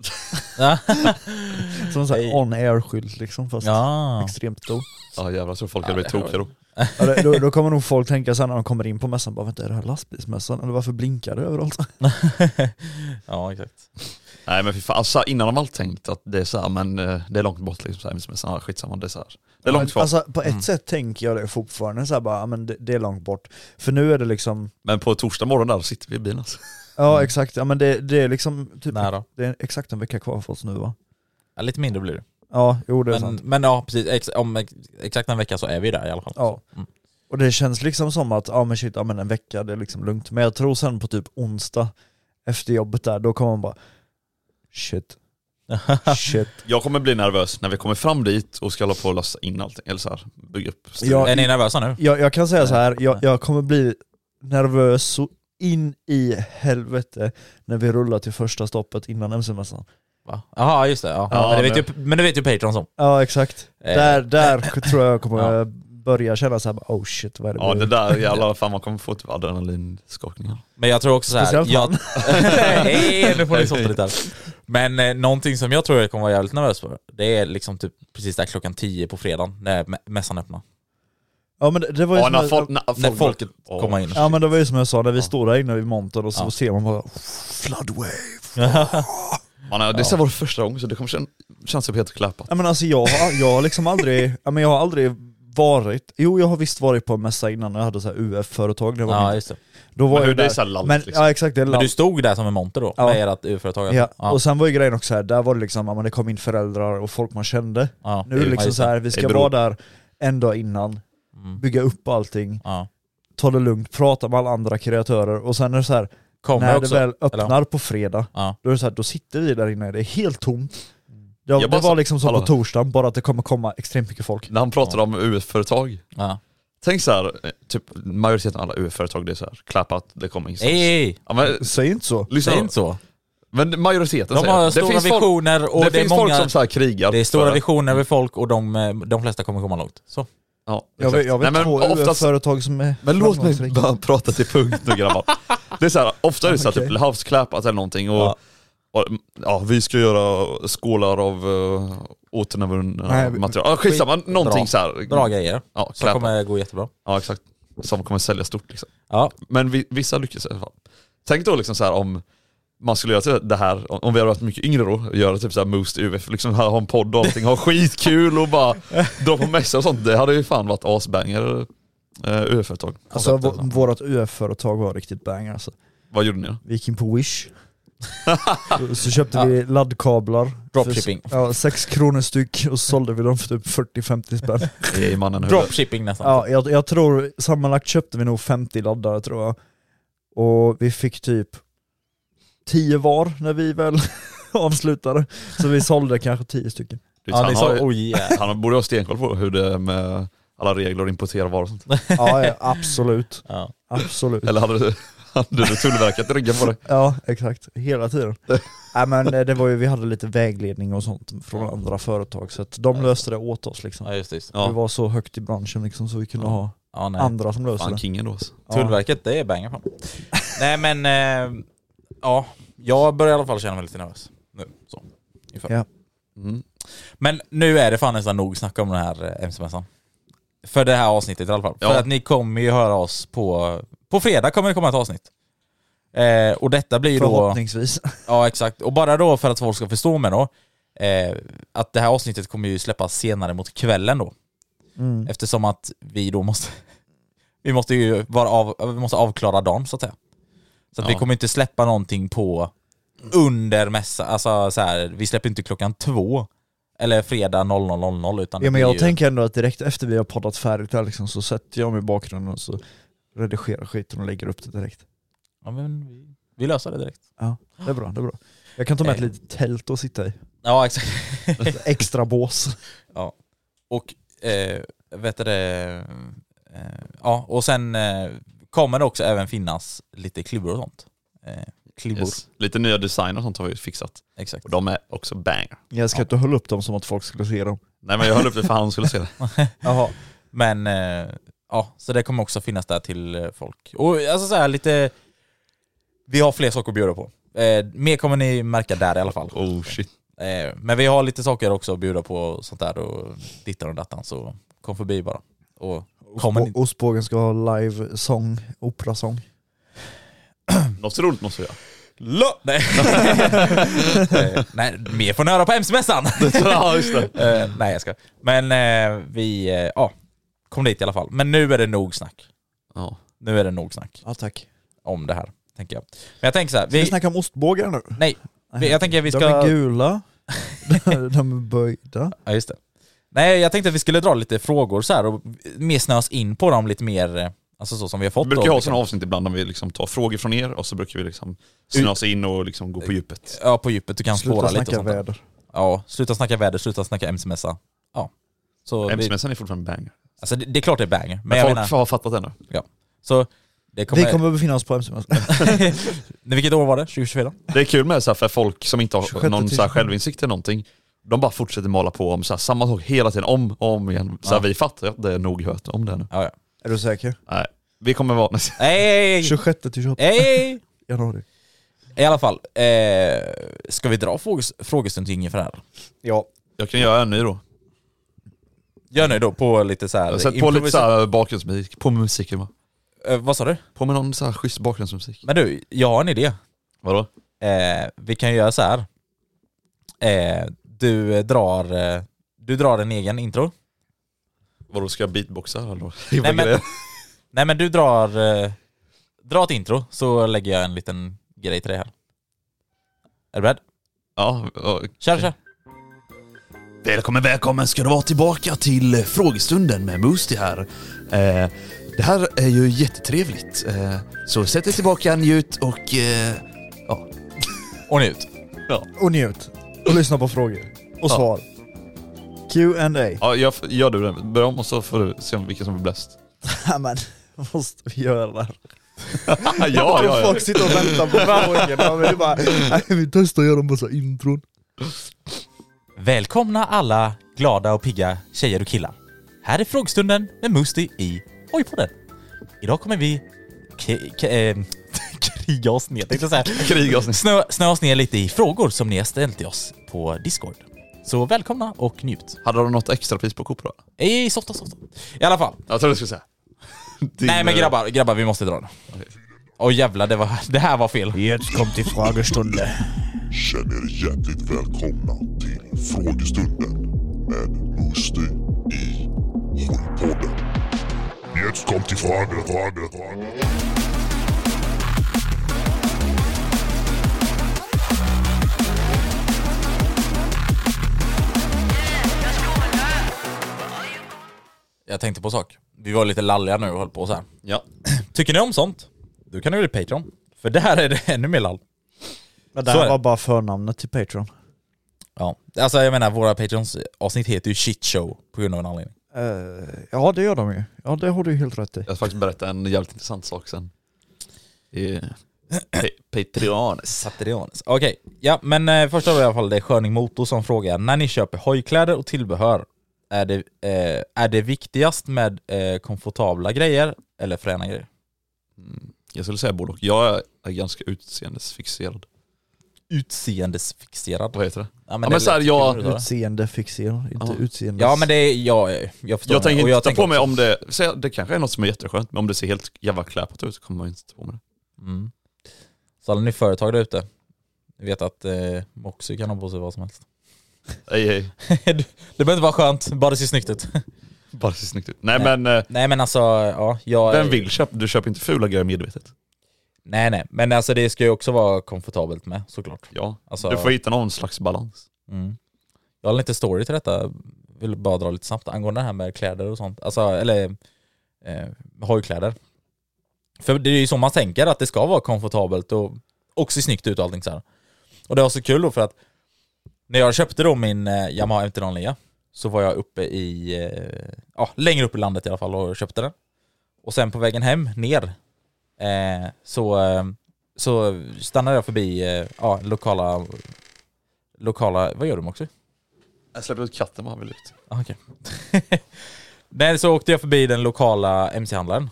[SPEAKER 3] Som en sån här on-air-skylt liksom fast
[SPEAKER 4] Ja.
[SPEAKER 3] extremt stor.
[SPEAKER 2] Ja jävlar, jag tror folk hade
[SPEAKER 4] Ja,
[SPEAKER 2] blivit
[SPEAKER 4] det-
[SPEAKER 2] tokiga då.
[SPEAKER 3] Ja, det- Då, då kommer nog folk tänka sen när de kommer in på mässan, bara vänta är det här lastbilsmässan? Eller varför blinkar det överallt?
[SPEAKER 4] ja, exakt.
[SPEAKER 2] Nej men fy fan, alltså, innan har man alltid tänkt att det är så här, men eh, det är långt bort liksom. Så här, men, så här, skitsamma, det är så här. Det är långt kvar. Mm.
[SPEAKER 3] Alltså på ett sätt tänker jag det fortfarande så här bara, ja, men det, det är långt bort. För nu är det liksom,
[SPEAKER 2] Men på torsdag morgon där sitter vi i bilen alltså.
[SPEAKER 3] ja exakt, ja men det, det är liksom typ,
[SPEAKER 4] Nära.
[SPEAKER 3] det är exakt en vecka kvar för oss nu va?
[SPEAKER 4] Ja, lite mindre blir det.
[SPEAKER 3] Ja, jo det är
[SPEAKER 4] Men,
[SPEAKER 3] sant.
[SPEAKER 4] men ja, precis. Ex om ex exakt en vecka så är vi där i alla fall.
[SPEAKER 3] Ja.
[SPEAKER 4] Mm.
[SPEAKER 3] Och det känns liksom som att, ja men shit, ja men en vecka det är liksom lugnt. Men jag tror sen på typ onsdag efter jobbet där, då kommer man bara shit, shit.
[SPEAKER 2] Jag kommer bli nervös när vi kommer fram dit och ska hålla på och lasta in allting. Eller så här, bygga upp.
[SPEAKER 3] Ja,
[SPEAKER 4] är ni nervösa nu?
[SPEAKER 3] Jag, jag kan säga så här, jag, jag kommer bli nervös så in i helvete när vi rullar till första stoppet innan MC-mässan.
[SPEAKER 4] Va? Jaha, just det. Ja.
[SPEAKER 2] Ja,
[SPEAKER 4] men, det vet
[SPEAKER 2] men-
[SPEAKER 4] Ju, men det vet ju Patreon som.
[SPEAKER 3] Ja exakt.
[SPEAKER 4] Eh.
[SPEAKER 3] Där, där tror jag jag kommer
[SPEAKER 4] Ja.
[SPEAKER 3] börja känna så här, bara, oh shit vad är det?
[SPEAKER 2] Ja
[SPEAKER 3] vi-
[SPEAKER 2] det där jävlar, fan man kommer få typ adrenalinskakningar.
[SPEAKER 4] Men jag tror också så här,
[SPEAKER 3] Speciellt
[SPEAKER 4] jag...
[SPEAKER 3] han.
[SPEAKER 4] Nej, nu får ni sånt lite här. Men eh, någonting som jag tror jag kommer vara jävligt nervös för, det är liksom typ precis där klockan 10 på fredagen, när mä- mässan öppnar.
[SPEAKER 3] Ja men det- det var ju
[SPEAKER 2] Ja,
[SPEAKER 3] som
[SPEAKER 2] när,
[SPEAKER 3] jag,
[SPEAKER 2] folk, när, folk,
[SPEAKER 4] När folket
[SPEAKER 2] Åh.
[SPEAKER 4] kommer in.
[SPEAKER 3] ja men det var ju som jag sa, när vi står där inne vid montern och så
[SPEAKER 4] Ja.
[SPEAKER 3] ser man bara floodwave.
[SPEAKER 2] Man, har- det är vår första gång så det kommer kän, känns typ helt klappat.
[SPEAKER 3] Ja men alltså jag har, jag har liksom aldrig, ja, men jag har aldrig varit, jo jag har visst varit på en mässa innan när jag hade så här UF-företag, det var
[SPEAKER 4] ja
[SPEAKER 3] mitt.
[SPEAKER 4] just det.
[SPEAKER 3] Då var
[SPEAKER 2] Men
[SPEAKER 3] jag
[SPEAKER 2] det är
[SPEAKER 3] där.
[SPEAKER 2] så här lant,
[SPEAKER 3] men,
[SPEAKER 2] liksom.
[SPEAKER 3] Ja exakt, det är
[SPEAKER 4] Men du
[SPEAKER 3] lant.
[SPEAKER 4] stod där som en monter då,
[SPEAKER 3] Ja.
[SPEAKER 4] med ert UF-företag? alltså?
[SPEAKER 3] Ja.
[SPEAKER 4] Ja.
[SPEAKER 3] Och sen var ju grejen också så här, där var det liksom, ja, men det kom in föräldrar och folk man kände.
[SPEAKER 4] Ja.
[SPEAKER 3] Nu är det
[SPEAKER 4] Ja,
[SPEAKER 3] liksom
[SPEAKER 4] just
[SPEAKER 3] så här, vi ska
[SPEAKER 2] Det
[SPEAKER 3] vara
[SPEAKER 2] beror-
[SPEAKER 3] där en dag innan,
[SPEAKER 4] Mm.
[SPEAKER 3] bygga upp allting,
[SPEAKER 4] Ja.
[SPEAKER 3] ta det lugnt, prata med alla andra kreatörer och sen är det så här,
[SPEAKER 4] Kommer
[SPEAKER 3] när
[SPEAKER 4] också.
[SPEAKER 3] det väl
[SPEAKER 4] eller?
[SPEAKER 3] öppnar på fredag,
[SPEAKER 4] Ja.
[SPEAKER 3] då är det så här, då sitter vi där inne, det är helt tomt. Det,
[SPEAKER 2] Jag
[SPEAKER 3] det
[SPEAKER 2] bara
[SPEAKER 3] var
[SPEAKER 2] så-
[SPEAKER 3] liksom som på
[SPEAKER 2] Hallå.
[SPEAKER 3] torsdagen, bara att det kommer komma extremt mycket folk.
[SPEAKER 2] När han pratade om UF-företag,
[SPEAKER 4] Ja.
[SPEAKER 2] tänk så här, eh, typ majoriteten av alla UF-företag det är så här, klappat, det kommer ingenstans.
[SPEAKER 4] Ej, ej,
[SPEAKER 2] Ja, men,
[SPEAKER 3] Säg inte så.
[SPEAKER 2] lyssna
[SPEAKER 4] säg
[SPEAKER 2] då.
[SPEAKER 4] Eh, inte så.
[SPEAKER 2] Men majoriteten
[SPEAKER 4] De
[SPEAKER 2] säger
[SPEAKER 4] har
[SPEAKER 2] det.
[SPEAKER 4] stora visioner och
[SPEAKER 2] folk, det,
[SPEAKER 4] det är
[SPEAKER 2] finns folk
[SPEAKER 4] många...
[SPEAKER 2] som så här krigar.
[SPEAKER 4] Det är stora
[SPEAKER 2] för-
[SPEAKER 4] visioner med folk och de, eh, de flesta kommer komma långt. Så.
[SPEAKER 2] Ja,
[SPEAKER 3] Jag vet, jag vet
[SPEAKER 2] Nej,
[SPEAKER 3] två
[SPEAKER 2] men, oftast,
[SPEAKER 3] UF-företag som är
[SPEAKER 2] men låt mig
[SPEAKER 3] framgångsrika.
[SPEAKER 2] bara prata till punkt nu grabbar. Det är så här, ofta är det så här,
[SPEAKER 3] Okej.
[SPEAKER 2] typ havsklappat eller någonting och,
[SPEAKER 4] Ja.
[SPEAKER 2] och mm, ja, vi ska göra skålar av uh,
[SPEAKER 3] Nej,
[SPEAKER 2] återvunna
[SPEAKER 3] vi-
[SPEAKER 2] material. Ja, skitsamma, någonting så här.
[SPEAKER 4] Bra grejer.
[SPEAKER 2] Ja,
[SPEAKER 4] Som
[SPEAKER 2] klappat.
[SPEAKER 4] kommer gå jättebra.
[SPEAKER 2] Ja exakt. Som kommer sälja stort liksom.
[SPEAKER 4] Ja.
[SPEAKER 2] Men vi, vissa lyckas i alla fall. Tänk då liksom så här om man skulle göra till det här, om om vi hade varit mycket yngre då, och göra typ såhär Moose till UF, liksom ha ha en podd och allting, ha skitkul och bara dra på mässor och sånt. Det hade ju fan varit asbanger eh, UF-företag.
[SPEAKER 3] Alltså vå- vårat UF-företag var riktigt bang alltså.
[SPEAKER 2] Vad gjorde ni då?
[SPEAKER 3] Vi gick in på Wish. så, så köpte vi laddkablar.
[SPEAKER 4] Dropshipping.
[SPEAKER 3] För, ja, 6 kronor styck och så sålde vi dem för typ 40-50 spänn.
[SPEAKER 2] Ge mannen huvudet.
[SPEAKER 4] Dropshipping nästan.
[SPEAKER 3] ja, jag, jag tror sammanlagt köpte vi nog 50 laddare tror jag. Och vi fick typ 10 var när vi väl avslutade. Så vi sålde kanske 10 stycken.
[SPEAKER 2] Du vet,
[SPEAKER 4] Ja, ni
[SPEAKER 2] Han, har,
[SPEAKER 4] sa
[SPEAKER 2] ju-
[SPEAKER 4] oh yeah.
[SPEAKER 2] han borde ha stenkoll på hur det är med alla regler och importera varor och sånt.
[SPEAKER 3] Ja, ja absolut.
[SPEAKER 4] Ja.
[SPEAKER 3] Absolut.
[SPEAKER 2] Eller hade du, hade du Tullverket i ryggen på dig?
[SPEAKER 3] Ja, exakt. Hela tiden. Nej men eh, det var ju, vi hade lite vägledning och sånt från andra företag så att de löste det åt oss liksom.
[SPEAKER 4] ja, just det. just det.
[SPEAKER 3] Vi
[SPEAKER 2] Ja,
[SPEAKER 3] var så högt i branschen liksom så vi kunde
[SPEAKER 4] Ja.
[SPEAKER 3] ha
[SPEAKER 4] Ja, nej.
[SPEAKER 3] andra som löste
[SPEAKER 2] fan
[SPEAKER 3] det.
[SPEAKER 2] kingen då alltså.
[SPEAKER 3] Ja.
[SPEAKER 4] Tullverket, det är banger fan. nej men, eh, ja. Jag börjar i alla fall känna mig lite nervös. Nu, så. Ungefär.
[SPEAKER 3] Ja.
[SPEAKER 2] Mm.
[SPEAKER 4] Men nu är det fan nästan nog snack om den här eh, MC-mässan. För det här avsnittet i alla fall.
[SPEAKER 2] Ja.
[SPEAKER 4] För att ni kommer ju höra oss på... På fredag kommer det komma ett avsnitt. Eh, och detta blir ju då...
[SPEAKER 3] Förhoppningsvis.
[SPEAKER 4] Ja exakt, och bara då för att folk ska förstå mig då, eh, att det här avsnittet kommer ju släppas senare mot kvällen då.
[SPEAKER 3] Mm.
[SPEAKER 4] Eftersom att vi då måste, vi måste ju vara av, vi måste avklara dagen så att säga. Så att vi
[SPEAKER 2] Ja.
[SPEAKER 4] kommer inte släppa någonting på under mässa, alltså så här, vi släpper inte klockan två eller fredag 00.00 utan det
[SPEAKER 3] Ja men
[SPEAKER 4] blir
[SPEAKER 3] jag
[SPEAKER 4] ju,
[SPEAKER 3] tänker ändå att direkt efter vi har poddat färdigt här liksom, så sätter jag mig i bakgrunden och så redigerar skiten och lägger upp det direkt.
[SPEAKER 4] ja, men vi, vi löser det direkt.
[SPEAKER 3] Ja, det är bra, det är bra. Jag kan ta med ett
[SPEAKER 4] Eh.
[SPEAKER 3] litet tält att sitta i.
[SPEAKER 4] Ja exakt.
[SPEAKER 3] Ett Extra bås.
[SPEAKER 4] Och eh, vet du det, eh, ja och sen eh, kommer det också även finnas lite klubbor och sånt. Eh, klubbor,
[SPEAKER 2] Yes. Lite nya designer och sånt har vi fixat.
[SPEAKER 4] exakt.
[SPEAKER 2] Och de är också banger.
[SPEAKER 3] Jag ska inte hålla upp dem som att folk skulle se dem.
[SPEAKER 2] Nej men jag höll upp det för han skulle se det.
[SPEAKER 3] Jaha.
[SPEAKER 4] Men eh, ja, så det kommer också finnas där till eh, folk. Och alltså så här lite, vi har fler saker att bjuda på. Eh, mer kommer ni märka där i alla fall.
[SPEAKER 2] Oh shit.
[SPEAKER 4] Eh, men vi har lite saker också att bjuda på och sånt där och dittan och dattan så kom förbi bara. Och kommer ni...
[SPEAKER 3] O- Ostbågen ska ha live-sång, operasång.
[SPEAKER 2] Något roligt måste vi göra.
[SPEAKER 4] Lö- Nej. Eh, Nej, mer får ni höra på MC-mässan!
[SPEAKER 2] ja just det.
[SPEAKER 4] Eh, nej jag ska. Men eh, vi, eh, ja, kom dit i alla fall. Men nu är det nog snack.
[SPEAKER 2] Ja.
[SPEAKER 4] Nu är det nog snack
[SPEAKER 3] Ja tack.
[SPEAKER 4] om det här, tänker jag. Men jag tänker så här,
[SPEAKER 3] Vi
[SPEAKER 4] vi,
[SPEAKER 3] snackar om ostbågar nu.
[SPEAKER 4] Nej, vi- jag tänker att vi
[SPEAKER 3] De är
[SPEAKER 4] ska...
[SPEAKER 3] gula, de är böjda.
[SPEAKER 4] Ja, just det. Nej, jag tänkte att vi skulle dra lite frågor så här och mer snöas in på dem lite mer, eh, alltså så som vi har fått
[SPEAKER 2] Vi brukar
[SPEAKER 4] då,
[SPEAKER 2] ju ha
[SPEAKER 4] liksom.
[SPEAKER 2] sådana avsnitt ibland när vi liksom tar frågor från er och så brukar vi liksom snöa oss in och liksom gå på djupet.
[SPEAKER 4] Ja, på djupet, du kan spåra
[SPEAKER 3] Sluta
[SPEAKER 4] lite och
[SPEAKER 3] snacka
[SPEAKER 4] sånt där.
[SPEAKER 3] väder.
[SPEAKER 4] Ja, sluta snacka väder, sluta snacka MC-mässa. Ja. Så vi,
[SPEAKER 2] MC-mässan är fortfarande banger.
[SPEAKER 4] alltså det, det är klart det är banger, men,
[SPEAKER 2] Men
[SPEAKER 4] jag
[SPEAKER 2] folk
[SPEAKER 4] menar,
[SPEAKER 2] har fattat det nu.
[SPEAKER 4] så det kommer,
[SPEAKER 3] Vi kommer befinna oss på MC-mässan.
[SPEAKER 4] Nej, Vilket år var det? 2024?
[SPEAKER 2] Det är kul med så här för folk som inte
[SPEAKER 3] 26
[SPEAKER 2] har
[SPEAKER 3] 000.
[SPEAKER 2] någon så här självinsikt eller någonting. De bara fortsätter mala på om så här samma sak hela tiden, om och om igen. Så här,
[SPEAKER 4] Ja.
[SPEAKER 2] Vi fattar att det är nog hört om det nu.
[SPEAKER 4] Ja, ja.
[SPEAKER 3] Är du säker?
[SPEAKER 2] Nej, vi kommer vara...
[SPEAKER 4] Nej,
[SPEAKER 3] 26 till 28
[SPEAKER 4] nej,
[SPEAKER 3] januari.
[SPEAKER 4] I alla fall, eh, ska vi dra fråges- frågestund till Ingefär?
[SPEAKER 3] Ja.
[SPEAKER 2] Jag kan göra en ny då.
[SPEAKER 4] Gör nu då på lite så här...
[SPEAKER 2] Sätt på lite
[SPEAKER 4] improvisa-
[SPEAKER 2] såhär bakgrundsmusik, på med musiken va.
[SPEAKER 4] Eh, vad sa du?
[SPEAKER 2] På med någon såhär schysst bakgrundsmusik.
[SPEAKER 4] Men du, jag har en idé.
[SPEAKER 2] Vadå?
[SPEAKER 4] Eh, vi kan ju göra så här. Eh, du eh, drar... Eh, du drar en egen intro.
[SPEAKER 2] Vadå, ska jag beatboxa här då?
[SPEAKER 4] Nej, men-
[SPEAKER 2] Grejer.
[SPEAKER 4] Nej men du drar... Eh, dra ett intro, så lägger jag en liten grej till dig här. Är du beredd?
[SPEAKER 2] Ja, och-
[SPEAKER 4] Kör, kör!
[SPEAKER 2] Välkommen, välkommen ska du vara tillbaka till frågestunden med Musti här. Eh, det här är ju jättetrevligt. Eh, så sätt dig tillbaka, njut och... Eh,
[SPEAKER 4] Och njut.
[SPEAKER 3] Och njut. Och lyssna på frågor. Och
[SPEAKER 2] Ja.
[SPEAKER 3] svar. Q&A.
[SPEAKER 2] ja, jag, gör du den. Börja om och så får du se vilken som är bäst.
[SPEAKER 3] Ja. men vad måste vi göra det här?
[SPEAKER 2] ja, ja,
[SPEAKER 3] Och
[SPEAKER 2] ja.
[SPEAKER 3] Folk sitter och väntar på frågorna, men det är bara nej, vi testar att göra en massa intron.
[SPEAKER 4] Välkomna alla glada och pigga tjejer och killar. Här är frågestunden med Musti i Oj-podden. Idag kommer vi k- k- eh, kriga oss ner, tänkte jag säga.
[SPEAKER 2] Kriga oss
[SPEAKER 4] Snö, snö oss ner lite i frågor som ni har ställt till oss på Discord. Så välkomna och njut.
[SPEAKER 2] Hade du något extrapris på Coop då?
[SPEAKER 4] Ej, softa, softa. I alla fall.
[SPEAKER 2] Jag trodde du skulle säga. Din,
[SPEAKER 4] Nej men
[SPEAKER 2] eh,
[SPEAKER 4] grabbar, grabbar vi måste dra den.
[SPEAKER 2] Okej.
[SPEAKER 4] Åh jävlar, det, var, det här var fel.
[SPEAKER 3] Jetzt kommt die Fragestunde.
[SPEAKER 5] Känn er hjärtligt välkomna till frågestunden med Musti i Hornpodden. Jetzt kommt die Frage, Frage, Frage.
[SPEAKER 4] Jag tänkte på en sak. Vi var lite lalliga nu och höll på så här.
[SPEAKER 2] eh, Ja.
[SPEAKER 4] Tycker ni om sånt? Då kan ni bli Patreon. För där är det ännu mer lall.
[SPEAKER 3] Men det
[SPEAKER 4] Så är
[SPEAKER 3] här
[SPEAKER 4] det.
[SPEAKER 3] var bara förnamnet till Patreon.
[SPEAKER 4] Ja, alltså jag menar våra Patreons avsnitt heter ju shit show på grund av en anledning.
[SPEAKER 3] Eh, ja det gör de ju. Ja det har du ju helt rätt i.
[SPEAKER 2] Jag ska faktiskt berätta en jävligt intressant sak sen. Eh, I Pa- Patreones.
[SPEAKER 4] Patreons. Okej, ja men eh, först har vi i alla fall det är Sköning Motor som frågar. När ni köper hojkläder och tillbehör, är det, eh, är det viktigast med eh, komfortabla grejer eller fräna grejer?
[SPEAKER 2] Mm. Jag skulle säga både och. Jag är- är ganska utseendesfixerad.
[SPEAKER 4] Utseendesfixerad.
[SPEAKER 2] Vad heter det?
[SPEAKER 4] Ja
[SPEAKER 2] men så här,
[SPEAKER 4] lät
[SPEAKER 2] jag-
[SPEAKER 4] kul, eller?
[SPEAKER 3] Utseende fixerad, inte
[SPEAKER 2] Ja.
[SPEAKER 3] utseende.
[SPEAKER 4] Ja men det är, jag, jag förstår.
[SPEAKER 2] Jag
[SPEAKER 4] det.
[SPEAKER 2] tänker
[SPEAKER 4] Och
[SPEAKER 2] inte ta på mig
[SPEAKER 4] också-
[SPEAKER 2] om det, säg- det kanske är något som är jätteskönt, men om det ser helt jävla kläpat ut så kommer man ju inte ta på mig det.
[SPEAKER 4] Mm. Så alla ni företag där ute, ni vet att eh, Moxie kan ha på sig vad som helst.
[SPEAKER 2] Ej, ej.
[SPEAKER 4] det behöver inte vara skönt, bara det ser snyggt ut.
[SPEAKER 2] Bara ser snyggt ut. Nej,
[SPEAKER 4] Nej.
[SPEAKER 2] men eh,
[SPEAKER 4] Nej men alltså, ja. Jag,
[SPEAKER 2] vem vill köpa? Du köper inte fula grejer medvetet.
[SPEAKER 4] Nej nej, men alltså det ska ju också vara komfortabelt med såklart.
[SPEAKER 2] Ja.
[SPEAKER 4] Alltså-
[SPEAKER 2] Du får hitta någon slags balans.
[SPEAKER 4] Mm. Jag har en liten story till detta, vill bara dra lite snabbt angående det här med kläder och sånt. Alltså, eller eh, hojkläder. För det är ju så man tänker, att det ska vara komfortabelt och också snyggt ut och allting så här. Och det var så kul då för att när jag köpte då min eh, Yamaha mt Lea så var jag uppe i, eh, ja längre upp i landet i alla fall och köpte den. Och sen på vägen hem ner eh, så, eh, så stannade jag förbi eh, ja, lokala, lokala, vad gör de också?
[SPEAKER 2] Jag släpper ut katten vad han vill ut.
[SPEAKER 4] Ah, Okej. Nej, så åkte jag förbi den lokala mc-handlaren.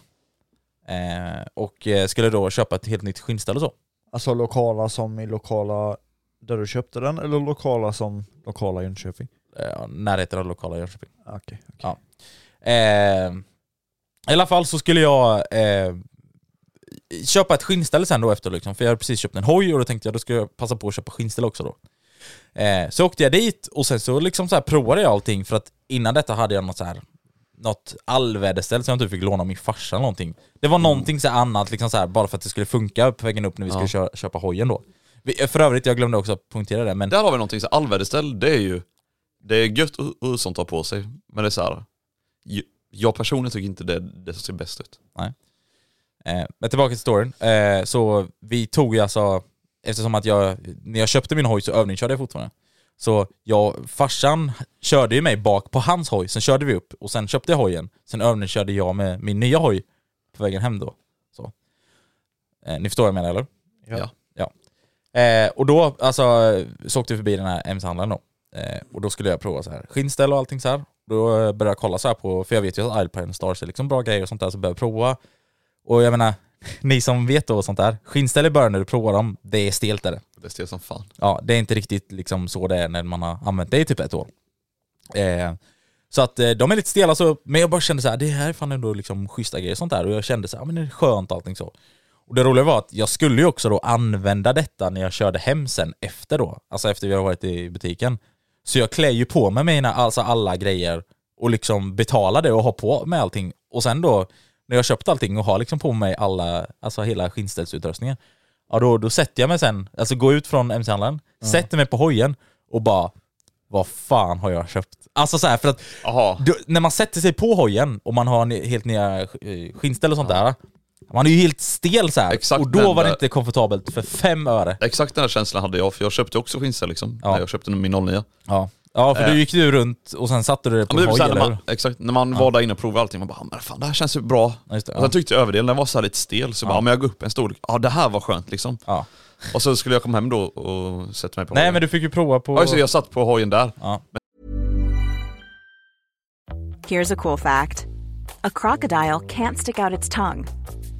[SPEAKER 4] Eh, och eh, skulle då köpa ett helt nytt skinnställ och så.
[SPEAKER 3] Alltså lokala som i lokala där du köpte den eller lokala som lokala i Jönköping?
[SPEAKER 4] Eh, närheten av lokala Jönköping.
[SPEAKER 3] Ah, Okej. okej.
[SPEAKER 4] Eh, I alla fall så skulle jag eh, köpa ett skinnställe sen då efter liksom, för jag hade precis köpt en hoj och då tänkte jag då ska jag passa på att köpa skinnställe också då. Eh, så åkte jag dit och sen så liksom så här provade jag allting för att innan detta hade jag något så här något allväderställ som jag typ fick låna av min farsa eller någonting. Det
[SPEAKER 3] Mm.
[SPEAKER 4] var någonting så här annat liksom så här, bara för att det skulle funka på vägen upp när vi skulle kö- köpa hojen då. Vi- För övrigt, jag glömde också punktera det men
[SPEAKER 2] Där har vi någonting, så här, allväderställ, det är ju, det är gött och, och sånt att ha på sig. Men det är så här, ju- jag personligen tycker inte det är det som ser bäst ut.
[SPEAKER 4] Eh, men tillbaka till storyn. Eh, så vi tog ju alltså, eftersom att jag, när jag köpte min hoj så övningskörde jag fortfarande. Så jag, farsan körde ju mig bak på hans hoj, sen körde vi upp och sen köpte jag hojen. Sen övningskörde jag med min nya hoj på vägen hem då. Så. Eh, ni förstår vad jag menar eller?
[SPEAKER 3] Ja.
[SPEAKER 4] Eh, och då alltså, så åkte vi förbi den här MC-handlaren då. Eh, och då skulle jag prova så här skinnställ och allting så här. Då eh, började jag kolla så här på, för jag vet ju att Alpine Stars är liksom bra grejer och sånt där, så började jag prova. Och jag menar, ni som vet då och sånt där, skinnställ i början när du provar dem, det är steltare.
[SPEAKER 2] Det är stelt som fan.
[SPEAKER 4] Ja, det är inte riktigt liksom så det är när man har använt det i typ ett år. Eh, så att eh, de är lite stela så, men jag bara kände så här, det här är fan ändå liksom schyssta grejer och sånt där. Och jag kände så här, ja, men det är skönt och allting så. Och det roliga var att jag skulle ju också då använda detta när jag körde hem sen efter då, alltså efter vi har varit i butiken. Så jag klär ju på mig mina, alltså alla grejer och liksom betalar det och har på mig allting. Och sen då, när jag köpt allting och har liksom på mig alla, alltså hela skinnställsutrustningen, ja då, då sätter jag mig sen, alltså går ut från MC-handlaren, sätter mig på hojen och bara, vad fan har jag köpt? Alltså så här, för att
[SPEAKER 2] Jaha.
[SPEAKER 4] du, när man sätter sig på hojen och man har en helt nya eh, skinnställ och sånt där, man är ju helt stel så här.
[SPEAKER 2] Exakt eh,
[SPEAKER 4] och då
[SPEAKER 2] den
[SPEAKER 4] var det
[SPEAKER 2] där-
[SPEAKER 4] inte komfortabelt för fem öre.
[SPEAKER 2] Exakt den här känslan hade jag, för jag köpte också skinnställ liksom.
[SPEAKER 4] Ja.
[SPEAKER 2] När jag köpte min 09.
[SPEAKER 4] Ja, ja för
[SPEAKER 2] Eh.
[SPEAKER 4] då gick du runt och sen satte du det
[SPEAKER 2] Ja,
[SPEAKER 4] på
[SPEAKER 2] men
[SPEAKER 4] en
[SPEAKER 2] det är
[SPEAKER 4] hoj
[SPEAKER 2] så här,
[SPEAKER 4] eller?
[SPEAKER 2] när man,
[SPEAKER 4] Man...
[SPEAKER 2] exakt, när man var där inne och provade allting, man bara "Ah, men fan det här känns ju bra.
[SPEAKER 4] Ja, just det,
[SPEAKER 2] Och sen
[SPEAKER 4] ja.
[SPEAKER 2] tyckte jag över det, den var så här lite stel, så jag bara, ja. men jag går upp en storlek, ja det här var skönt liksom.
[SPEAKER 4] Ja.
[SPEAKER 2] Och så skulle jag komma hem då och sätta mig på
[SPEAKER 4] Nej
[SPEAKER 2] hojen.
[SPEAKER 4] men du fick ju prova på...
[SPEAKER 2] Ja just det, jag satt på hojen där.
[SPEAKER 4] Ja.
[SPEAKER 6] Here's a cool fact a crocodile can't stick out its tongue.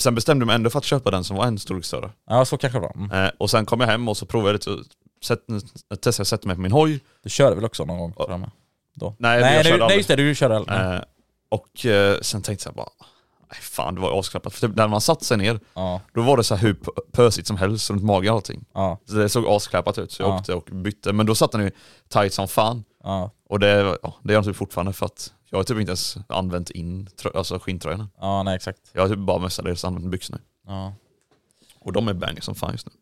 [SPEAKER 2] Sen bestämde jag mig ändå för att köpa den som var en storlek större.
[SPEAKER 4] Ja så kanske det var. Mm.
[SPEAKER 2] Eh, och sen kom jag hem och så provade jag lite, och sätt- testade att sätta mig på min hoj.
[SPEAKER 4] Du körde väl också någon gång? tror jag med. Då.
[SPEAKER 2] Nej, jag
[SPEAKER 4] nej,
[SPEAKER 2] körde
[SPEAKER 4] nej,
[SPEAKER 2] aldrig.
[SPEAKER 4] nej just det, du körde aldrig.
[SPEAKER 2] Eh, och eh, sen tänkte jag bara, nej fan det var ju asknappat. För typ när man satt sig ner,
[SPEAKER 4] Ja,
[SPEAKER 2] då var det så här hur p- pösigt som helst runt magen och allting.
[SPEAKER 4] ja,
[SPEAKER 2] Så det såg asknappat ut, så jag
[SPEAKER 4] Ja.
[SPEAKER 2] åkte och bytte. Men då satt den ju tight som fan.
[SPEAKER 4] ja,
[SPEAKER 2] Och det, ja, det gör den typ fortfarande för att jag har typ inte ens använt in trö- alltså skinntröjorna.
[SPEAKER 4] ja, nej exakt.
[SPEAKER 2] Jag har typ bara mestadels använt byxorna.
[SPEAKER 4] Ja.
[SPEAKER 2] Och de är banger som fan just nu.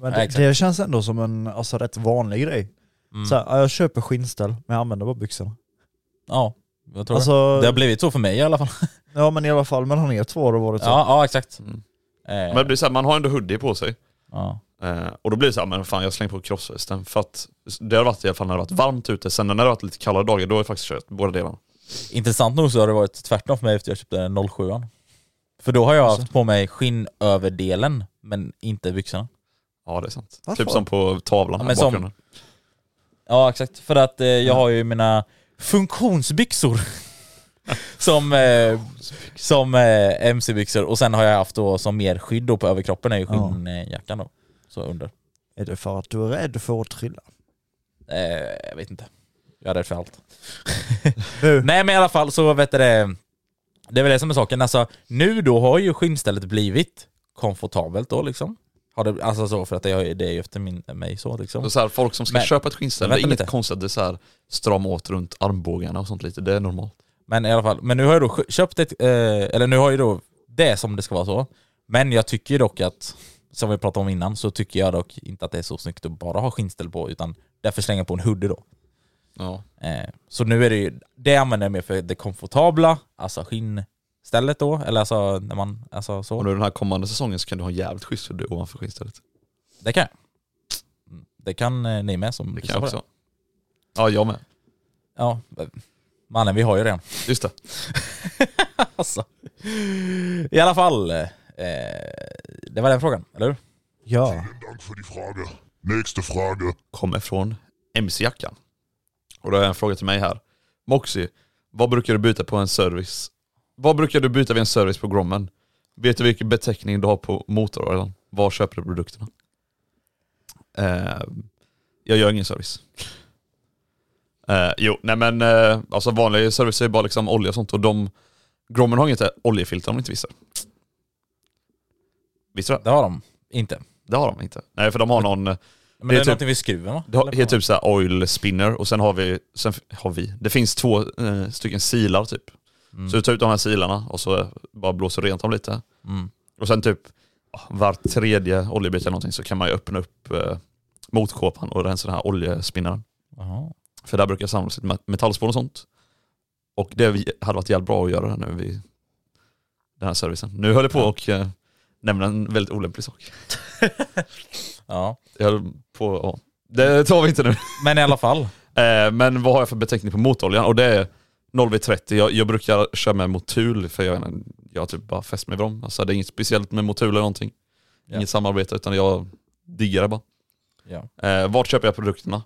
[SPEAKER 3] Men
[SPEAKER 4] Ja,
[SPEAKER 3] det,
[SPEAKER 4] exakt. Mm.
[SPEAKER 3] det känns ändå som en alltså, rätt vanlig grej. Så här, ja, jag köper skinnställ, men jag använder bara byxorna.
[SPEAKER 4] Ja, jag tror
[SPEAKER 3] Alltså-
[SPEAKER 4] det. Det har blivit så för mig i alla
[SPEAKER 2] Alltså-
[SPEAKER 4] fall.
[SPEAKER 3] Ja men i alla fall mellan er två har det varit så.
[SPEAKER 4] Ja, ja exakt.
[SPEAKER 2] Mm.
[SPEAKER 4] Eh,
[SPEAKER 2] Men det blir så här, man har ändå hoodie på sig.
[SPEAKER 4] ja.
[SPEAKER 2] Eh, och då blir det så här, men fan jag slänger på crossvästen. För att det har varit i alla fall när det har varit varmt ute. Sen när det har varit lite kallare dagar, då har jag faktiskt kört båda delarna.
[SPEAKER 4] Intressant nog så har det varit tvärtom för mig efter jag köpte den 07 För då har jag haft på mig skinnöverdelen, men inte byxorna.
[SPEAKER 2] Ja det är sant.
[SPEAKER 3] Varför?
[SPEAKER 2] Typ som på tavlan
[SPEAKER 4] Ja,
[SPEAKER 2] här
[SPEAKER 4] men
[SPEAKER 2] i
[SPEAKER 4] som-
[SPEAKER 2] bakgrunden.
[SPEAKER 4] Ja exakt, för att eh, jag har ju mina funktionsbyxor. som eh, som eh, mc-byxor och sen har jag haft då som mer skydd då på överkroppen är ju
[SPEAKER 3] Ja.
[SPEAKER 4] skinnjackan då. Så under.
[SPEAKER 3] Är det för att du är rädd för att trilla?
[SPEAKER 4] Eh, jag vet inte. Jag är rädd för allt.
[SPEAKER 3] Nu.
[SPEAKER 4] Nej men i alla fall så vet du det. Det är väl det som är saken. Alltså nu då har ju skinnstället blivit komfortabelt då liksom. Har det, alltså så för att det, har ju- det är ju efter min, mig så liksom.
[SPEAKER 2] Så så här, folk som ska
[SPEAKER 4] Men-
[SPEAKER 2] köpa ett skinnställ,
[SPEAKER 4] Men
[SPEAKER 2] det är
[SPEAKER 4] vänta
[SPEAKER 2] inget
[SPEAKER 4] lite.
[SPEAKER 2] konstigt att det är så här, strama åt runt armbågarna och sånt lite. Det är normalt.
[SPEAKER 4] Men i alla fall, men nu har jag då skö- köpt ett, eh, eller nu har jag då det som det ska vara så. Men jag tycker ju dock att, som vi pratade om innan, så tycker jag dock inte att det är så snyggt att bara ha skinnställ på, utan därför slänga på en hoodie då.
[SPEAKER 2] Ja.
[SPEAKER 4] Eh, så nu är det ju, det använder jag mer för det komfortabla, alltså skinnstället då, eller alltså när man, alltså
[SPEAKER 2] Och
[SPEAKER 4] så.
[SPEAKER 2] nu den här kommande säsongen så kan du ha en jävligt schysst hoodie ovanför skinnstället.
[SPEAKER 4] Det kan jag. Mm, Det kan eh, ni med som
[SPEAKER 2] Det kan
[SPEAKER 4] lyssnar
[SPEAKER 2] jag
[SPEAKER 4] på
[SPEAKER 2] också. Ja jag med.
[SPEAKER 4] Ja, eh, mannen vi har ju redan.
[SPEAKER 2] Just det.
[SPEAKER 4] alltså. I alla fall, eh, det var den frågan, eller hur?
[SPEAKER 3] Ja.
[SPEAKER 5] Dank für die Frage. Nächste Frage.
[SPEAKER 2] kommer från MC-jackan. Och då har jag en fråga till mig här. Moxie, vad brukar du byta på en service? Vad brukar du byta vid en service på Grommen? Vet du vilken beteckning du har på motoroljan? Var köper du produkterna? Eh, jag gör ingen service. Eh, jo, nej men eh, alltså vanliga service är bara liksom olja och sånt och de Grommen har inget oljefilter om ni inte visste det. Visste du det?
[SPEAKER 4] Det har de inte.
[SPEAKER 2] Det har de inte. Nej för de har någon,
[SPEAKER 4] Men
[SPEAKER 2] Det
[SPEAKER 4] det
[SPEAKER 2] är
[SPEAKER 4] är,
[SPEAKER 2] typ-
[SPEAKER 4] någonting vid skruven va?
[SPEAKER 2] det har-
[SPEAKER 4] Eller
[SPEAKER 2] heter
[SPEAKER 4] på-
[SPEAKER 2] typ såhär oil spinner och sen har vi, sen f- har vi, det finns två eh, stycken silar typ. Så du tar ut de här silarna och så bara blåser rent dem lite.
[SPEAKER 4] Mm.
[SPEAKER 2] Och sen typ ja, var tredje oljebyte eller någonting så kan man ju öppna upp eh, motkåpan och rensa den här oljespinnaren.
[SPEAKER 4] Jaha.
[SPEAKER 2] För där brukar samlas lite met- metallspån och sånt. Och det vi- hade varit jävligt bra att göra nu vid den här servicen. Nu höll jag på och eh, nämna en väldigt olämplig sak.
[SPEAKER 4] Ja.
[SPEAKER 2] Jag höll på, ja. Det tar vi inte nu.
[SPEAKER 4] Men i alla fall.
[SPEAKER 2] Eh, men vad har jag för beteckning på motoroljan? Och det är 0V30. Jag, jag brukar köra med motul för jag, vet inte, jag har typ bara fäst mig vid dem. Alltså det är inget speciellt med motul eller någonting.
[SPEAKER 4] Ja.
[SPEAKER 2] Inget samarbete utan jag diggar det bara.
[SPEAKER 4] Ja.
[SPEAKER 2] Eh, vart köper jag produkterna?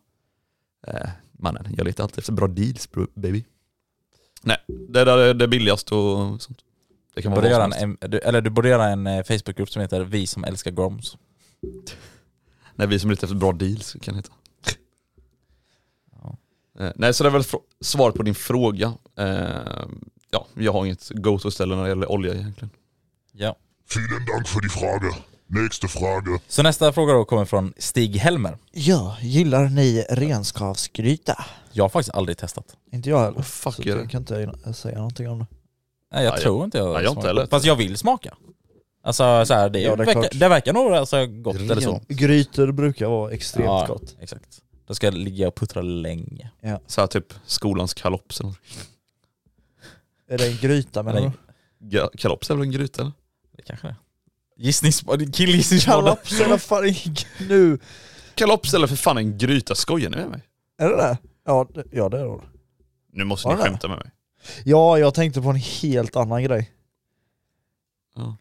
[SPEAKER 2] Eh, mannen, jag letar alltid efter bra deals bro- baby. Nej, det där är det billigaste och sånt. Det kan
[SPEAKER 4] Du
[SPEAKER 2] vara
[SPEAKER 4] borde,
[SPEAKER 2] vad
[SPEAKER 4] göra
[SPEAKER 2] som
[SPEAKER 4] en,
[SPEAKER 2] helst.
[SPEAKER 4] em- du, eller du borde göra en eh, Facebookgrupp som heter Vi som älskar Groms.
[SPEAKER 2] Nej, vi som letar efter bra deals kan det heta.
[SPEAKER 4] Ja.
[SPEAKER 2] Eh, nej, så det är väl fr- svar på din fråga. Eh, ja, jag har inget go-to-ställe när det gäller olja egentligen.
[SPEAKER 3] Oh,
[SPEAKER 4] Ja.
[SPEAKER 5] Vielen Dank für die Frage. Nächste Frage.
[SPEAKER 4] Så nästa fråga då kommer från Stig Helmer.
[SPEAKER 7] Ja, gillar ni renskavsgryta?
[SPEAKER 4] Jag har faktiskt aldrig testat.
[SPEAKER 3] Inte jag heller.
[SPEAKER 2] Vad fuck
[SPEAKER 3] så
[SPEAKER 2] är det?
[SPEAKER 3] jag kan inte säga någonting om det.
[SPEAKER 4] Nej jag
[SPEAKER 2] Nej,
[SPEAKER 4] tror inte jag har
[SPEAKER 2] nej, jag har inte
[SPEAKER 4] smakat.
[SPEAKER 2] heller.
[SPEAKER 4] Fast jag vill smaka. Alltså så här, det,
[SPEAKER 3] Ja, det är
[SPEAKER 4] verkar,
[SPEAKER 3] klart.
[SPEAKER 4] det verkar nog alltså, gott eller så.
[SPEAKER 2] Rent.
[SPEAKER 3] Grytor brukar vara extremt
[SPEAKER 4] Ja,
[SPEAKER 3] gott.
[SPEAKER 4] Exakt. Då ska jag ligga och puttra länge.
[SPEAKER 2] Så här typ skolans kalops eller något.
[SPEAKER 3] Är det en gryta menar
[SPEAKER 4] Nej.
[SPEAKER 3] du?
[SPEAKER 2] Ga- Kalops är väl en gryta eller?
[SPEAKER 4] Det kanske det. Gissningspodden, killgissningspodden.
[SPEAKER 3] Kalops eller fan nu?
[SPEAKER 2] Kalops eller för fan en gryta, skojar ni med mig?
[SPEAKER 3] Är det det? Ja, det- ja det är det.
[SPEAKER 2] Nu måste
[SPEAKER 3] Ja,
[SPEAKER 2] ni
[SPEAKER 3] det.
[SPEAKER 2] skämta med mig.
[SPEAKER 3] Ja, jag tänkte på en helt annan grej.
[SPEAKER 2] Ja.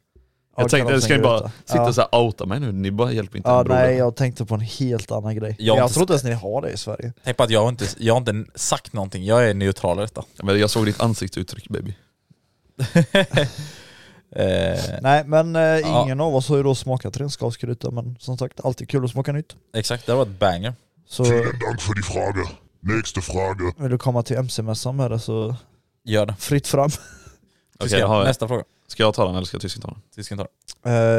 [SPEAKER 3] Ja,
[SPEAKER 2] Jag tänkte,
[SPEAKER 3] kalopsen
[SPEAKER 2] ska ni bara
[SPEAKER 3] gryta.
[SPEAKER 2] sitta
[SPEAKER 3] ja.
[SPEAKER 2] och så här outa mig nu? Ni bara hjälper inte
[SPEAKER 3] Ja,
[SPEAKER 2] en broder.
[SPEAKER 3] nej jag tänkte på en helt annan grej.
[SPEAKER 4] Jag
[SPEAKER 3] Jag,
[SPEAKER 4] har
[SPEAKER 3] jag
[SPEAKER 4] inte
[SPEAKER 3] tror inte ens ni har det i Sverige.
[SPEAKER 4] Tänk på att jag har inte, jag har inte sagt någonting, jag är neutral i detta.
[SPEAKER 2] Men jag såg ditt ansiktsuttryck baby.
[SPEAKER 4] eh,
[SPEAKER 3] Nej men eh,
[SPEAKER 4] Ja.
[SPEAKER 3] ingen av oss har ju då smakat renskavsgryta men som sagt, alltid kul att smaka nytt.
[SPEAKER 4] exakt, det var ett banger.
[SPEAKER 3] Så
[SPEAKER 5] Vielen Dank für die Frage. Nächste Frage.
[SPEAKER 3] vill du komma till MC-mässan med det så
[SPEAKER 4] Gör det.
[SPEAKER 3] fritt fram.
[SPEAKER 2] Okej,
[SPEAKER 4] Ska jag-
[SPEAKER 2] jag har-
[SPEAKER 4] Nästa fråga.
[SPEAKER 2] Ska jag ta den eller ska tysken ta den?
[SPEAKER 4] Tysken tar.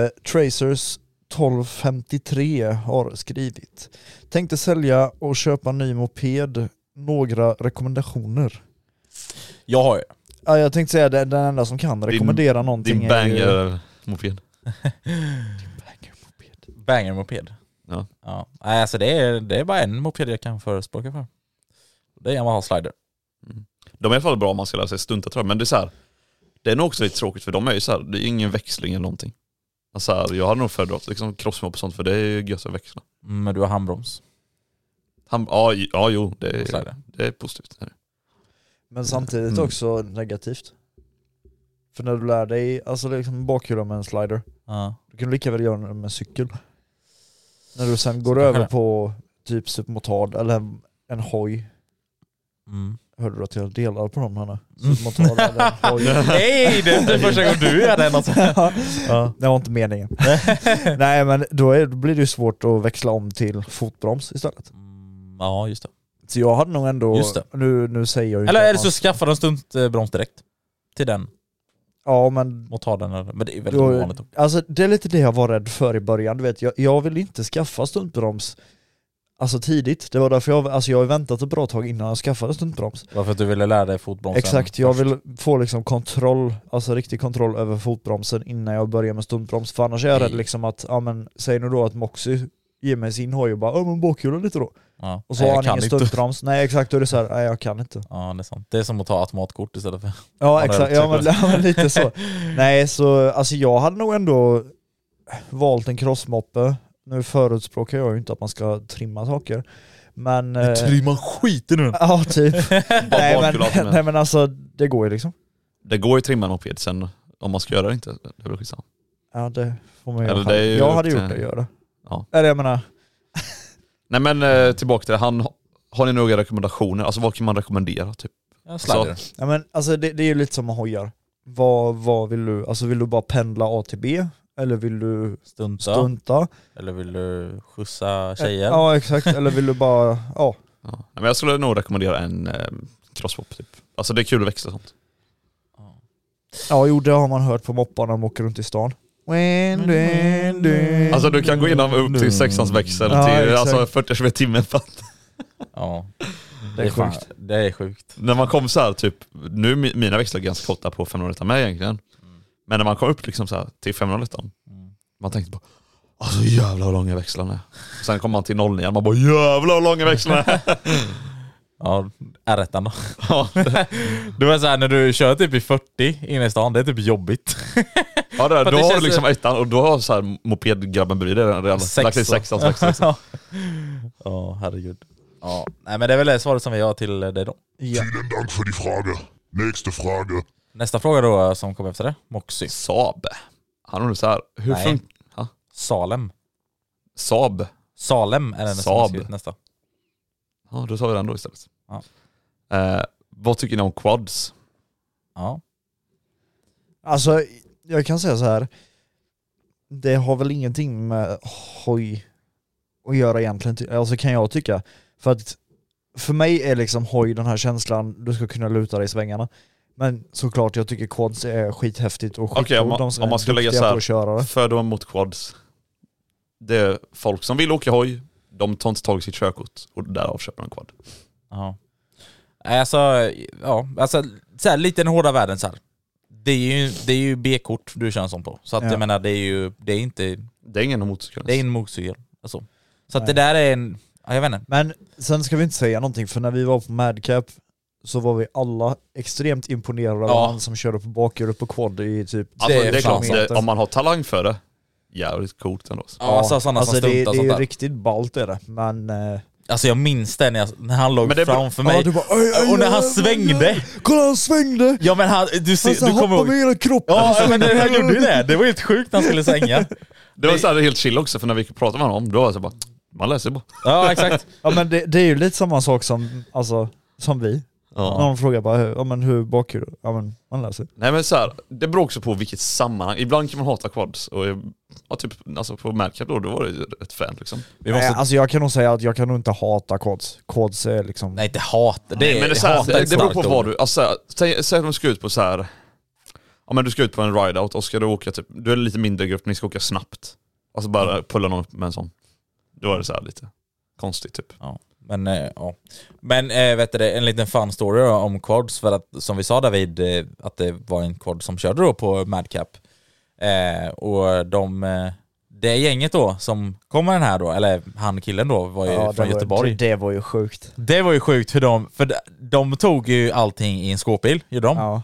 [SPEAKER 3] Eh, Tracers 1253 har skrivit. Tänkte sälja och köpa ny moped. Några rekommendationer.
[SPEAKER 4] Jag har ju.
[SPEAKER 3] Ja, jag tänkte säga den, den enda som kan rekommendera någonting
[SPEAKER 2] Din
[SPEAKER 3] är ju...
[SPEAKER 2] banger-moped.
[SPEAKER 4] Banger-moped.
[SPEAKER 2] Ja.
[SPEAKER 4] ja. Nej alltså det är, det är bara en moped jag kan förespråka för. Det är Yamaha Slider.
[SPEAKER 2] De är i alla fall bra om man ska lära sig stunta tror jag, men det är så här. Det är nog också lite tråkigt för de är ju så här, det är ingen växling eller någonting. Alltså här, jag hade nog föredragit liksom crossmop och sånt för det är ju gött att växla.
[SPEAKER 4] Men du har handbroms.
[SPEAKER 2] Han, ja, ju- ja jo, det
[SPEAKER 4] Och
[SPEAKER 2] är,
[SPEAKER 4] slider.
[SPEAKER 2] det är positivt. Det är det.
[SPEAKER 3] Men samtidigt
[SPEAKER 2] Mm.
[SPEAKER 3] också negativt. För när du lär dig, alltså liksom bakhjula med en slider,
[SPEAKER 4] Ja.
[SPEAKER 3] du kan lika väl göra det med en cykel. När du sen går
[SPEAKER 4] Så kanske
[SPEAKER 3] över
[SPEAKER 4] det.
[SPEAKER 3] på typ supermotard eller en, en hoj,
[SPEAKER 4] Mm.
[SPEAKER 3] hörde du att jag delar på dem Hanna? Supermotard eller en hoj.
[SPEAKER 4] Nej, det är inte första gången du gör det något sånt.
[SPEAKER 3] ja. Det var inte meningen. Nej men då, är, då blir det ju svårt att växla om till fotbroms istället.
[SPEAKER 4] Mm, Ja, just det.
[SPEAKER 3] Så jag hade nog ändå,
[SPEAKER 4] Just det.
[SPEAKER 3] Nu, nu säger jag ju
[SPEAKER 4] Eller
[SPEAKER 3] inte
[SPEAKER 4] är
[SPEAKER 3] att
[SPEAKER 4] det så
[SPEAKER 3] man-
[SPEAKER 4] skaffar de stunt eh, broms direkt. Till den
[SPEAKER 3] Ja men
[SPEAKER 4] och tar den. eller- Men det är väldigt
[SPEAKER 3] Då-
[SPEAKER 4] ovanligt.
[SPEAKER 3] Alltså det är lite det jag var rädd för i början, du vet jag, jag vill inte skaffa stuntbroms Alltså tidigt, det var därför jag, alltså jag har väntat ett bra tag innan jag skaffade stuntbroms
[SPEAKER 4] Varför att du ville lära dig fotbromsen?
[SPEAKER 3] Exakt, jag
[SPEAKER 4] först.
[SPEAKER 3] vill få liksom kontroll, alltså riktig kontroll över fotbromsen innan jag börjar med stuntbroms För annars är jag rädd liksom att, ja men säg nu då att Moxie ger mig sin hoj och bara "Ja, men bakhjula lite då
[SPEAKER 4] Ja.
[SPEAKER 3] Och så
[SPEAKER 4] Nej,
[SPEAKER 3] har
[SPEAKER 4] jag
[SPEAKER 3] han
[SPEAKER 4] kan
[SPEAKER 3] ingen
[SPEAKER 4] inte.
[SPEAKER 3] stuntbroms, nej exakt då är det såhär, nej jag kan inte
[SPEAKER 4] Ja, det är sant. Det är som att ta automatkort istället för...
[SPEAKER 3] Ja
[SPEAKER 4] Ja, det är
[SPEAKER 3] exakt,
[SPEAKER 4] lite
[SPEAKER 3] ja men,
[SPEAKER 4] så.
[SPEAKER 3] ja, men lite så. Nej så, alltså jag hade nog ändå valt en crossmoppe. Nu förespråkar jag ju inte att man ska trimma saker. Men... eh,
[SPEAKER 4] Trimma skiten ur den!
[SPEAKER 3] ja typ. nej,
[SPEAKER 2] barnkulaten
[SPEAKER 3] men,
[SPEAKER 2] med.
[SPEAKER 3] nej men alltså det går ju liksom.
[SPEAKER 2] Det går ju att trimma en moped sen om man ska göra det inte. Det blir skitsamma.
[SPEAKER 3] Ja det får man
[SPEAKER 2] Eller
[SPEAKER 3] göra.
[SPEAKER 2] det är ju
[SPEAKER 3] själv. Jag
[SPEAKER 2] upp
[SPEAKER 3] hade
[SPEAKER 2] till-
[SPEAKER 3] gjort det, gör det.
[SPEAKER 2] Ja.
[SPEAKER 3] Eller jag menar,
[SPEAKER 2] Nej men eh, tillbaka till det, han, har ni några rekommendationer? Alltså vad kan man rekommendera typ?
[SPEAKER 4] Ja, slider.
[SPEAKER 3] ja, men, alltså, det, det är ju lite som med hojar. Vad, vad vill du, alltså vill du bara pendla A till B? Eller vill du
[SPEAKER 4] Stunta.
[SPEAKER 3] stunta?
[SPEAKER 4] Eller vill du skjutsa tjejer?
[SPEAKER 3] Ja exakt, eller vill du bara, ja.
[SPEAKER 2] Ja. Nej, men jag skulle nog rekommendera en eh, crosspop typ. Alltså det är kul att växla och sånt.
[SPEAKER 3] Ja jo det har man hört på mopparna när de åker runt i stan.
[SPEAKER 2] Alltså du kan gå igenom upp
[SPEAKER 3] Mm.
[SPEAKER 2] till sexans växel
[SPEAKER 3] Ja,
[SPEAKER 2] till
[SPEAKER 3] exakt.
[SPEAKER 2] alltså 40 km i timmen. för att-
[SPEAKER 4] Ja.
[SPEAKER 3] Det är
[SPEAKER 4] fan-
[SPEAKER 3] sjukt.
[SPEAKER 4] Det är sjukt.
[SPEAKER 2] När man kom så här, typ, nu är mi- mina växlar ganska korta på 501 med egentligen. Men när man kom upp liksom så här, till 501
[SPEAKER 4] Mm.
[SPEAKER 2] man tänkte bara Alltså jävlar vad långa växlarna är. Sen kom man till 09 man bara jävlar vad långa växlarna är.
[SPEAKER 4] Ja, R1 då.
[SPEAKER 2] Ja,
[SPEAKER 4] Du är såhär när du kör typ i 40 inne i stan, det är typ jobbigt.
[SPEAKER 2] Ja det,
[SPEAKER 4] För
[SPEAKER 2] där,
[SPEAKER 4] att
[SPEAKER 2] då
[SPEAKER 4] det
[SPEAKER 2] har du
[SPEAKER 4] känns-
[SPEAKER 2] liksom ettan och då har så här mopedgrabben bredvid dig redan lagt till sexans växel.
[SPEAKER 4] Ja, herregud. Ja, nej men det är väl det svaret som vi har till dig då.
[SPEAKER 7] Ja.
[SPEAKER 5] Vielen Dank für die Frage. Nächste Frage.
[SPEAKER 4] Nästa fråga då eh, som kommer efter det, Moxie.
[SPEAKER 2] Saab. Han undrar så här, hur
[SPEAKER 4] Nej.
[SPEAKER 2] funkar...
[SPEAKER 4] Salem.
[SPEAKER 2] Saab.
[SPEAKER 4] Salem är den nästa.
[SPEAKER 2] Saab.
[SPEAKER 4] skrivit, nästa.
[SPEAKER 2] Ja, då tar vi den då istället.
[SPEAKER 4] Ja.
[SPEAKER 2] Eh, vad tycker ni om quads?
[SPEAKER 4] Ja.
[SPEAKER 3] Alltså, jag kan säga så här. Det har väl ingenting med hoj att göra egentligen, ty- alltså kan jag tycka. För att för mig är liksom hoj den här känslan, du ska kunna luta dig i svängarna. Men såklart, jag tycker quads är skithäftigt och skitcoolt.
[SPEAKER 2] Okej, om man-
[SPEAKER 3] de som
[SPEAKER 2] om
[SPEAKER 3] är
[SPEAKER 2] man ska lägga
[SPEAKER 3] duktiga
[SPEAKER 2] så här-
[SPEAKER 3] på att köra det.
[SPEAKER 2] Fördomar mot quads. Det är folk som vill åka hoj, de tar inte tag i sitt körkort och därav köper de quad.
[SPEAKER 4] Ja. Nej, Alltså, ja, alltså så här, lite den hårda världen så här. Det är ju, det är ju B-kort du kör en sån på. Så att
[SPEAKER 3] Ja.
[SPEAKER 4] jag menar, det är ju, det är inte,
[SPEAKER 2] Det är ingen motorcykel.
[SPEAKER 4] det är en motorcykel. Alltså. Så att det
[SPEAKER 3] Nej.
[SPEAKER 4] där är en, ja, jag vet inte.
[SPEAKER 3] Men sen ska vi inte säga någonting, för när vi var på Madcap så var vi alla extremt imponerade
[SPEAKER 2] Ja.
[SPEAKER 3] av han som körde på bakhjulet på quad i typ
[SPEAKER 2] Alltså, det är,
[SPEAKER 4] fan
[SPEAKER 2] klart, det,
[SPEAKER 3] sant.
[SPEAKER 2] om man har talang för det, jävligt coolt ändå.
[SPEAKER 4] Ja, alltså sådana som
[SPEAKER 3] det,
[SPEAKER 4] stuntar och
[SPEAKER 3] det är
[SPEAKER 4] sånt
[SPEAKER 3] ju
[SPEAKER 4] där.
[SPEAKER 3] riktigt ballt är det, men... eh,
[SPEAKER 4] Alltså jag minns det när, jag, när han låg
[SPEAKER 2] Men det-
[SPEAKER 4] framför mig.
[SPEAKER 3] Ja, du bara, "Oj, oj,
[SPEAKER 4] och när
[SPEAKER 3] oj, oj,
[SPEAKER 4] han
[SPEAKER 3] oj, oj."
[SPEAKER 4] svängde.
[SPEAKER 3] Kolla han svängde!
[SPEAKER 4] Ja men han, du, ser,
[SPEAKER 3] Alltså,
[SPEAKER 4] du kommer
[SPEAKER 3] hoppa med Alltså,
[SPEAKER 4] ihåg.
[SPEAKER 3] hela kroppen!
[SPEAKER 4] Ja men det- han gjorde ju det, det var ju helt sjukt när han skulle svänga.
[SPEAKER 2] Det var så här helt chill också, för när vi pratade med honom, då var jag så bara, man läser bara.
[SPEAKER 4] Ja exakt.
[SPEAKER 3] Ja men det, det är ju lite samma sak som, alltså, som vi. När de frågar bara, hur- ja men hur bakhjul? Ja men man läser.
[SPEAKER 2] Nej men så här, det beror också på vilket sammanhang. Ibland kan man hata quads och ja, typ alltså på Madcap då, då var det ju ett fan liksom.
[SPEAKER 4] Vi måste,
[SPEAKER 3] Nej, alltså jag kan nog säga att jag kan nog inte hata kods. Kods är liksom...
[SPEAKER 4] nej inte hat, det,
[SPEAKER 2] Nej, men det, är så här,
[SPEAKER 4] hat är
[SPEAKER 2] det,
[SPEAKER 4] ett
[SPEAKER 2] det beror på
[SPEAKER 4] starkt
[SPEAKER 2] vad
[SPEAKER 4] ord.
[SPEAKER 2] du, alltså, så här, säg, säg att du ska ut på så här. ja men du ska ut på en ride-out och ska du åka typ, du är en lite mindre grupp, ni ska åka snabbt. Alltså
[SPEAKER 4] Mm.
[SPEAKER 2] bara pulla någon upp med en sån. Då är det så här lite konstigt typ.
[SPEAKER 4] Ja, men eh, ja. Men eh, vet du det, en liten fun story då om quads för att som vi sa David eh, att det var en quad som körde då på Madcap. Eh, och de, eh, det gänget då som kom med den här då, eller han killen då var ju
[SPEAKER 3] Ja, det
[SPEAKER 4] från
[SPEAKER 3] var-
[SPEAKER 4] Göteborg.
[SPEAKER 3] Det, det var ju sjukt.
[SPEAKER 4] Det var ju sjukt hur de, för de, de tog ju allting i en skåpbil, gjorde de.
[SPEAKER 3] Ja.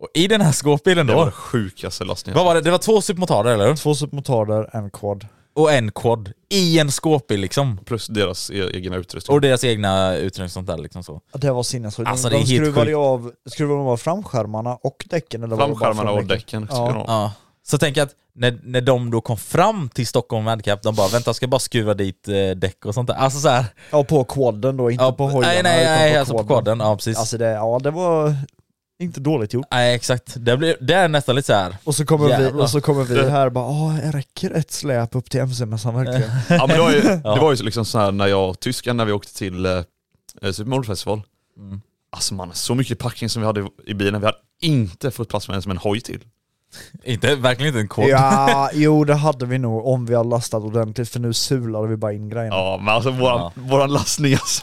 [SPEAKER 4] Och i den här skåpbilen
[SPEAKER 2] Det
[SPEAKER 4] då,
[SPEAKER 2] var det sjukaste lastningen.
[SPEAKER 4] vad var det? Det var två supermotorer eller hur?
[SPEAKER 3] Två supermotorer, en quad.
[SPEAKER 4] Och en quad i en skåpbil liksom.
[SPEAKER 2] Plus deras e- egna utrustning.
[SPEAKER 4] Och deras egna utrustning och sånt där liksom så.
[SPEAKER 3] Det var sinnessjukt.
[SPEAKER 4] Alltså, det är
[SPEAKER 3] de
[SPEAKER 4] helt
[SPEAKER 3] skruvade
[SPEAKER 4] sjukt.
[SPEAKER 3] ju av, skruvade de av framskärmarna och däcken eller var det bara
[SPEAKER 2] Framskärmarna och
[SPEAKER 3] framdäcken?
[SPEAKER 2] däcken.
[SPEAKER 3] Ja.
[SPEAKER 2] Ja.
[SPEAKER 4] Ja. Så tänk att när, när de då kom fram till Stockholm Madcap, de bara vänta jag ska bara skruva dit eh, däck och sånt där. Alltså såhär.
[SPEAKER 3] Ja på quadden då, inte
[SPEAKER 4] Ja,
[SPEAKER 3] på hojarna
[SPEAKER 4] nej nej,
[SPEAKER 3] utan
[SPEAKER 4] nej alltså på quaden, ja precis.
[SPEAKER 3] Alltså det, ja det var inte dåligt gjort.
[SPEAKER 4] nej exakt, det, blir, det är nästan lite såhär.
[SPEAKER 3] Och så kommer, vi,
[SPEAKER 4] Jävlar.
[SPEAKER 3] och så kommer vi
[SPEAKER 2] Det-
[SPEAKER 3] här och bara åh, räcker ett släp upp till MC-mässan verkligen?
[SPEAKER 2] Ja, men det, var ju,
[SPEAKER 4] Ja.
[SPEAKER 2] det var ju liksom så här när jag och tysken, när vi åkte till eh, eh, Supermodfestival.
[SPEAKER 4] Mm.
[SPEAKER 2] Alltså man, så mycket packning som vi hade i bilen, vi hade inte fått plats med ens med en hoj till.
[SPEAKER 4] Inte, verkligen inte en quad.
[SPEAKER 3] Ja, jo det hade vi nog om vi hade lastat ordentligt för nu sulade vi bara in grejerna.
[SPEAKER 2] Ja men alltså våran,
[SPEAKER 4] Ja.
[SPEAKER 2] våran lastning alltså.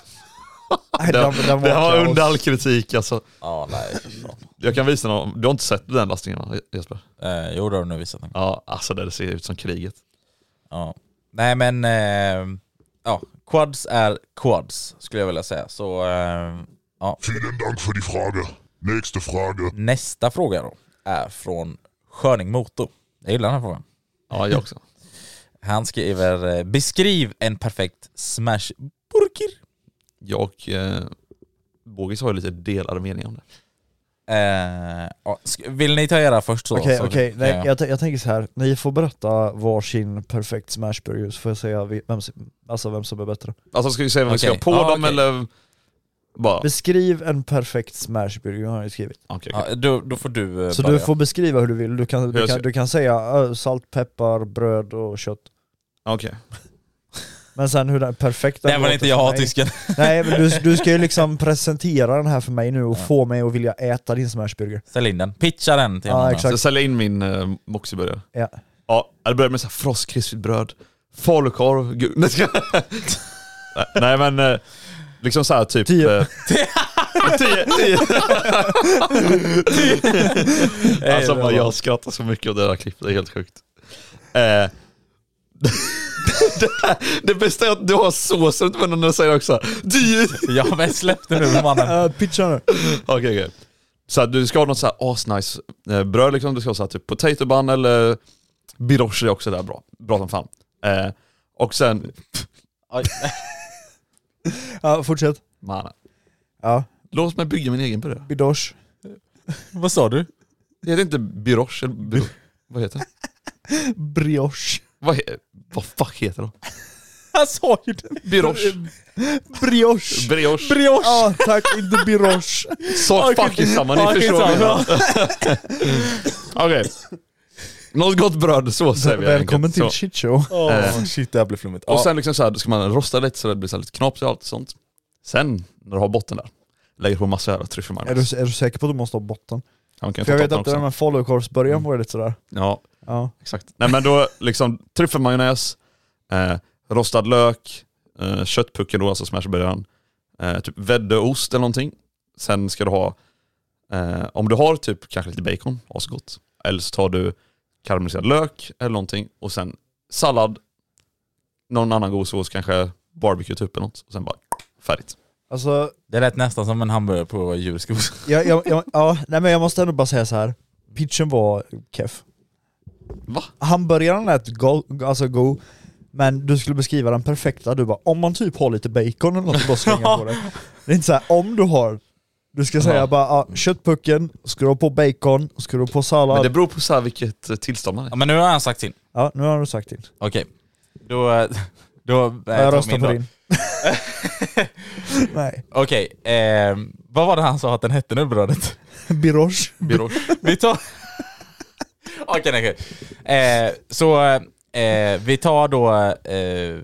[SPEAKER 3] Nej,
[SPEAKER 2] Det,
[SPEAKER 3] den- den
[SPEAKER 2] det var
[SPEAKER 3] kaos.
[SPEAKER 2] under all kritik alltså.
[SPEAKER 4] Ja, nej. fy fan.
[SPEAKER 2] Jag kan visa någon, du har inte sett den lastningen va, Jesper?
[SPEAKER 4] Eh, jo det har du nu visat. en gång.
[SPEAKER 2] Ja alltså det ser ut som kriget.
[SPEAKER 4] Ja. Nej men, eh, ja. Quads är quads skulle jag vilja säga. Så, eh, ja.
[SPEAKER 5] Vielen Dank für die Frage. Nächste Frage.
[SPEAKER 4] Nästa fråga då är från Sköning Motor. Jag gillar den här frågan.
[SPEAKER 2] Ja jag också.
[SPEAKER 4] Han skriver eh, Beskriv en perfekt smash burkir.
[SPEAKER 2] Jag och eh, Bogis har ju lite delade meningar om det.
[SPEAKER 4] Eh, ja, sk- vill ni ta era först så?
[SPEAKER 3] Okej,
[SPEAKER 4] så-
[SPEAKER 3] okej, nej,
[SPEAKER 4] ja.
[SPEAKER 3] jag, t- jag tänker så här. ni får berätta varsin perfekt smashburger så får jag säga vi- vem som, alltså vem som är bättre.
[SPEAKER 2] Alltså ska vi säga vad vi ska
[SPEAKER 4] Okej.
[SPEAKER 2] ha på
[SPEAKER 4] Ja,
[SPEAKER 2] dem
[SPEAKER 4] okej.
[SPEAKER 2] eller? Bara, okej.
[SPEAKER 3] Beskriv en perfekt smashburger har jag skrivit.
[SPEAKER 2] okej.
[SPEAKER 4] Ja, då, då får du eh,
[SPEAKER 3] Så
[SPEAKER 4] börja.
[SPEAKER 3] du får beskriva hur du vill, du kan, du
[SPEAKER 2] Jag
[SPEAKER 3] kan,
[SPEAKER 2] ser-
[SPEAKER 3] du kan säga ö, salt, peppar, bröd och kött.
[SPEAKER 2] Okej.
[SPEAKER 3] Men sen hur den perfekta
[SPEAKER 4] Det var
[SPEAKER 3] låter
[SPEAKER 4] inte jag
[SPEAKER 3] för
[SPEAKER 4] har
[SPEAKER 3] mig-
[SPEAKER 4] tysken.
[SPEAKER 3] Nej men du, du ska ju liksom presentera den här för mig nu och
[SPEAKER 4] Ja.
[SPEAKER 3] få mig att vilja äta din smashburger.
[SPEAKER 4] Sälj in den. Pitcha den till
[SPEAKER 3] Ja,
[SPEAKER 4] någon annan.
[SPEAKER 3] exakt.
[SPEAKER 2] Så sälja in min eh, moxieburgare.
[SPEAKER 3] Ja.
[SPEAKER 2] Ja, Ja, det började med så här frostkrispigt bröd, falukorv, gu- Nej, ska- Nej, Nej men, eh, liksom så här typ...
[SPEAKER 3] Tio.
[SPEAKER 2] eh, tio, tio. Alltså man, jag skrattar så mycket åt det här klippet, det är helt sjukt. Eh, det, det bästa är att du har såsen runt munnen när du säger också tio.
[SPEAKER 4] Ja men släpp det nu mannen.
[SPEAKER 3] Uh, pitcha nu.
[SPEAKER 2] Okej, okej. Så här, du ska ha något så här asnice eh, bröd liksom. Du ska ha så här, typ potato bun eller brioche är också där bra. Bra som fan. Eh, och sen,
[SPEAKER 4] Oj.
[SPEAKER 3] Ja, fortsätt.
[SPEAKER 2] man,
[SPEAKER 3] Ja,
[SPEAKER 2] låt mig bygga min egen bröd.
[SPEAKER 3] bidosh.
[SPEAKER 4] Vad sa du?
[SPEAKER 2] Det heter inte brioche eller bro, vad heter det?
[SPEAKER 3] Brioche.
[SPEAKER 2] Vad, he, vad fuck heter det?
[SPEAKER 4] Han sa ju det.
[SPEAKER 2] Brioche.
[SPEAKER 3] Brioche. Ah,
[SPEAKER 2] Brioche.
[SPEAKER 4] Brioche!
[SPEAKER 3] Ja, tack. Inte biroche.
[SPEAKER 2] Sa fucking samma, ni
[SPEAKER 4] Fucking
[SPEAKER 2] förstår Alltså, vad jag
[SPEAKER 4] samma.
[SPEAKER 2] menar. Okej. Något gott bröd, så säger vi helt
[SPEAKER 3] Alltså, Välkommen
[SPEAKER 2] enkelt.
[SPEAKER 3] till
[SPEAKER 2] Så. Eh.
[SPEAKER 3] shitshow.
[SPEAKER 4] Åh, shit det här blir flummigt.
[SPEAKER 2] Och
[SPEAKER 4] Ja.
[SPEAKER 2] sen liksom så här, ska man rosta lite så det blir så här lite knapigt och allt sånt. Sen, när du har botten där, lägger på massa jävla
[SPEAKER 3] Är
[SPEAKER 2] tryffelmajonnäs.
[SPEAKER 3] du, är du säker på att du måste ha botten?
[SPEAKER 2] Ja, man kan ju
[SPEAKER 3] För jag
[SPEAKER 2] ta
[SPEAKER 3] vet
[SPEAKER 2] toppen
[SPEAKER 3] att det där med
[SPEAKER 2] Mm.
[SPEAKER 3] falukorvsbörjan var ju lite sådär.
[SPEAKER 2] Ja,
[SPEAKER 3] Ja.
[SPEAKER 2] exakt. Nej men då liksom tryffelmajonnäs, eh, rostad lök, eh, köttpucken då, alltså smashburgaren, eh, typ väddeost eller någonting. Sen ska du ha, eh, om du har typ kanske lite bacon, asgott. Eller så tar du karamelliserad lök eller någonting och sen sallad, någon annan god sås, kanske barbecue typ eller något. Och sen bara färdigt.
[SPEAKER 3] Alltså,
[SPEAKER 4] Det lät nästan som en hamburgare på djurskog.
[SPEAKER 3] jag, jag, jag, ja, nej men jag måste ändå bara säga så här. Pitchen var keff.
[SPEAKER 2] Va?
[SPEAKER 3] Hamburgaren lät go, alltså go, men du skulle beskriva den perfekta. Du bara, om man typ har lite bacon eller något, du bara slänga på det. Det är inte så här, om du har. Du ska säga
[SPEAKER 2] Ja.
[SPEAKER 3] bara, ah, köttpucken, ska du ha på bacon, ska du ha på
[SPEAKER 2] Men
[SPEAKER 3] sallad.
[SPEAKER 2] det beror på så här vilket eh, tillstånd man är i.
[SPEAKER 4] Ja, men nu har han sagt sin.
[SPEAKER 3] Ja, nu har du sagt din.
[SPEAKER 4] Okej. Då... eh, då eh, tar
[SPEAKER 3] jag
[SPEAKER 4] vi
[SPEAKER 3] röstar
[SPEAKER 4] in
[SPEAKER 3] på
[SPEAKER 4] då.
[SPEAKER 3] din. nej,
[SPEAKER 4] Okej, ehm, vad var det han sa att den hette nu brödet?
[SPEAKER 3] biroche.
[SPEAKER 2] Biroche.
[SPEAKER 4] Vi tar... Okej, nej, okej. Eh, så eh, vi tar då... Eh,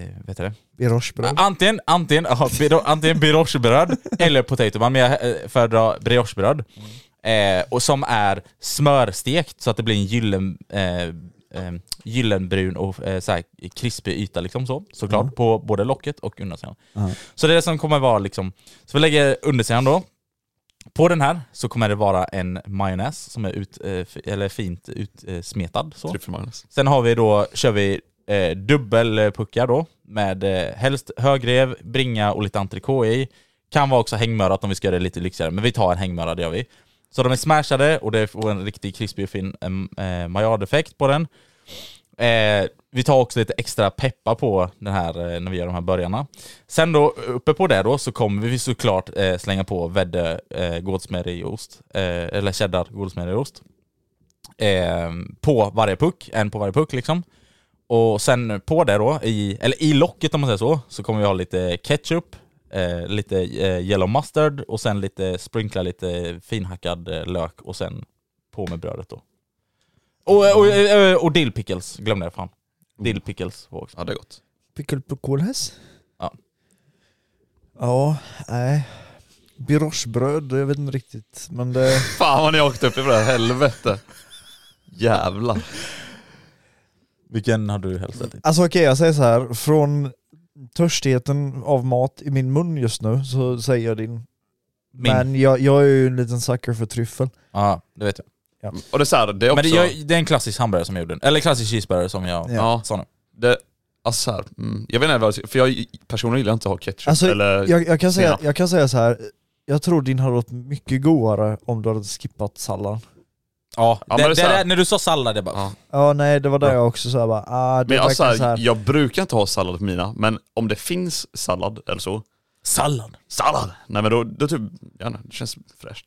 [SPEAKER 4] eh, vet du det?
[SPEAKER 3] Birochebröd.
[SPEAKER 4] Antingen, antingen, ja, biro, antingen briochebröd eller potato bun, men jag eh, föredrar briochebröd. Eh, och som är smörstekt så att det blir en gyllen, eh, eh, gyllenbrun och eh, så här krispig yta liksom så, såklart, på både locket och undersidan. Så det är det som kommer vara liksom, så vi lägger undersidan då. På den här så kommer det vara en majonnäs som är ut, eh, f- eller fint utsmetad. Eh, smetad, så.
[SPEAKER 2] Tryffelmajonnäs.
[SPEAKER 4] Sen har vi då, kör vi eh, dubbelpuckar då med eh, helst högrev, bringa och lite entrecote i. Kan vara också hängmörat om vi ska göra det lite lyxigare, men vi tar en hängmöra, det gör vi. Så de är smashade och det får en riktigt krispig och fin eh, maillard-effekt på den. Eh, vi tar också lite extra peppa på den här eh, när vi gör de här börjarna. Sen då, uppe på det då, så kommer vi såklart eh, slänga på vädde, eh, gårdsmejeriost, eh, eller cheddar gårdsmejeriost. Eh, på varje puck, en på varje puck liksom. Och sen på det då, i, eller i locket om man säger så, så kommer vi ha lite ketchup, eh, lite eh, yellow mustard och sen lite sprinkla lite finhackad eh, lök och sen på med brödet då. Och, eh, och, och, och dill pickles, glömde jag fan. Dill pickles var också.
[SPEAKER 2] Ja det är gott.
[SPEAKER 3] Pickled på kolhäs?
[SPEAKER 4] Ja.
[SPEAKER 3] Ja, nej. Birochebröd, jag vet inte riktigt men det...
[SPEAKER 2] Fan vad ni åkte upp i det här, helvete. Jävlar.
[SPEAKER 4] Vilken har du helst ätit?
[SPEAKER 3] Alltså okej, jag säger så här. från törstigheten av mat i min mun just nu så säger jag din.
[SPEAKER 4] Min.
[SPEAKER 3] Men jag, jag är ju en liten sucker för tryffel.
[SPEAKER 4] Ja, det vet jag.
[SPEAKER 2] Och det är så här, det är också...
[SPEAKER 4] Men det, jag, det är en klassisk hamburgare som jag gjorde. Eller klassisk cheeseburgare som jag
[SPEAKER 3] Ja.
[SPEAKER 2] ja,
[SPEAKER 4] sa nu.
[SPEAKER 2] det, alltså så här, mm, jag vet inte vad jag för jag personligen gillar inte att ha ketchup
[SPEAKER 3] Alltså,
[SPEAKER 2] eller...
[SPEAKER 3] Jag, jag, kan säga,
[SPEAKER 2] senap.
[SPEAKER 3] jag kan säga så här. jag tror din hade varit mycket godare om du hade skippat salladen.
[SPEAKER 4] Ja,
[SPEAKER 2] Ja, men
[SPEAKER 4] det,
[SPEAKER 2] det är
[SPEAKER 4] det,
[SPEAKER 2] så här-
[SPEAKER 4] där- när du sa sallad, jag bara...
[SPEAKER 2] Ja.
[SPEAKER 3] Ja nej, det var där
[SPEAKER 2] Bra.
[SPEAKER 3] jag också såhär bara, ah, det
[SPEAKER 2] men
[SPEAKER 3] är
[SPEAKER 2] alltså, så
[SPEAKER 3] verkligen
[SPEAKER 2] här,
[SPEAKER 3] så här.
[SPEAKER 2] jag brukar inte ha sallad på mina, men om det finns sallad eller så,
[SPEAKER 4] Sallad?
[SPEAKER 2] sallad! Nej men då, då typ, ja, nej, det känns fräscht.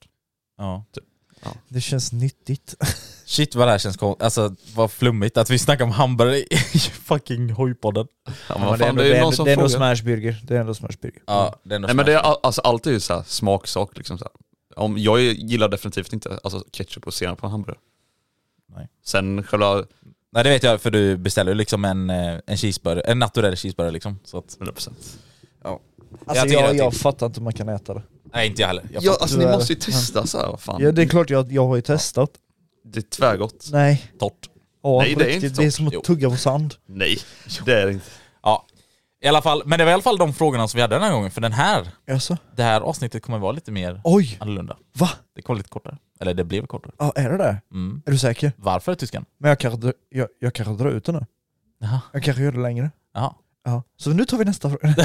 [SPEAKER 4] Ja.
[SPEAKER 3] det känns nyttigt.
[SPEAKER 4] Shit vad det här känns konstigt, alltså vad flummigt att vi snackar om hamburgare i fucking hojpodden.
[SPEAKER 2] Ja,
[SPEAKER 3] Ja,
[SPEAKER 2] men vad
[SPEAKER 3] men
[SPEAKER 2] fan,
[SPEAKER 3] det är ändå-
[SPEAKER 2] det är någon som
[SPEAKER 3] Det är ändå
[SPEAKER 2] frågar.
[SPEAKER 3] smashburger, det är ändå smashburger.
[SPEAKER 4] Ja, det är ändå
[SPEAKER 2] Nej men det är
[SPEAKER 4] smart.
[SPEAKER 2] all- alltså, alltid ju så här, smaksak liksom. Så här. Om, jag gillar definitivt inte alltså, ketchup och senap på en hamburgare.
[SPEAKER 4] Nej.
[SPEAKER 2] Sen själva
[SPEAKER 4] Nej det vet jag för du beställer ju liksom en, eh, en cheeseburger, en naturell cheeseburger liksom. Så att,
[SPEAKER 2] 100%.
[SPEAKER 3] Alltså
[SPEAKER 4] tycker
[SPEAKER 3] jag, jag,
[SPEAKER 4] att-
[SPEAKER 3] fattar inte hur man kan äta det.
[SPEAKER 4] nej inte jag heller. Jag
[SPEAKER 2] Ja,
[SPEAKER 4] fattar.
[SPEAKER 2] alltså ni
[SPEAKER 3] Tyvärr.
[SPEAKER 2] måste ju testa så här, vad fan.
[SPEAKER 3] Ja, det är klart jag, jag har ju testat.
[SPEAKER 2] Det är tvärgott.
[SPEAKER 3] Nej.
[SPEAKER 4] torrt.
[SPEAKER 3] Ja,
[SPEAKER 2] Nej,
[SPEAKER 3] på
[SPEAKER 2] det är
[SPEAKER 3] riktigt,
[SPEAKER 2] inte
[SPEAKER 3] det är
[SPEAKER 2] så.
[SPEAKER 3] som att
[SPEAKER 4] Jo.
[SPEAKER 3] tugga på sand.
[SPEAKER 2] Nej, det är det inte.
[SPEAKER 4] Ja, i alla fall. Men det var i alla fall de frågorna som vi hade den här gången. För den här,
[SPEAKER 3] Jaså?
[SPEAKER 4] det här avsnittet kommer vara lite mer
[SPEAKER 3] Oj!
[SPEAKER 4] annorlunda.
[SPEAKER 3] Va?
[SPEAKER 4] Det kommer lite kortare. Eller det blev kortare.
[SPEAKER 3] Ja, är det det?
[SPEAKER 4] Mm.
[SPEAKER 3] Är du säker?
[SPEAKER 4] Varför tyskan?
[SPEAKER 3] Men jag kanske, dr- jag, jag kanske drar ut det nu.
[SPEAKER 4] Jaha.
[SPEAKER 3] Jag kanske gör det längre.
[SPEAKER 4] Jaha.
[SPEAKER 3] Ja. Så nu tar vi nästa fråga.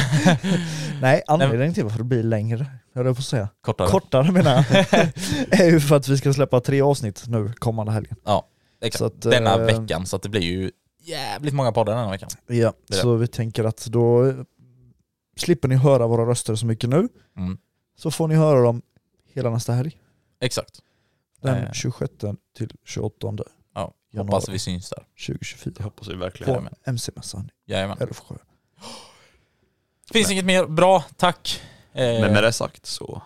[SPEAKER 3] Nej, anledningen till varför det blir längre, höll jag på att säga.
[SPEAKER 4] Kortare.
[SPEAKER 3] Kortare menar jag. är ju för att vi ska släppa tre avsnitt nu kommande helgen.
[SPEAKER 4] Ja, exakt.
[SPEAKER 3] Så att,
[SPEAKER 4] denna
[SPEAKER 3] eh,
[SPEAKER 4] veckan. Så att det blir ju jävligt många poddar den här veckan.
[SPEAKER 3] Ja,
[SPEAKER 4] Det är
[SPEAKER 3] så vi tänker att då slipper ni höra våra röster så mycket nu.
[SPEAKER 4] Mm.
[SPEAKER 3] Så får ni höra dem hela nästa helg.
[SPEAKER 4] Exakt. Eh.
[SPEAKER 3] Den 26 till 28
[SPEAKER 4] Ja.
[SPEAKER 3] Januari.
[SPEAKER 4] Hoppas vi syns där.
[SPEAKER 3] 2024
[SPEAKER 2] Hoppas vi verkligen.
[SPEAKER 3] på
[SPEAKER 4] Jajamän.
[SPEAKER 3] MC-mässan
[SPEAKER 4] Jajamän.
[SPEAKER 3] i Älvsjö.
[SPEAKER 4] Finns inget mer. Bra, tack. Eh,
[SPEAKER 2] Men med det sagt så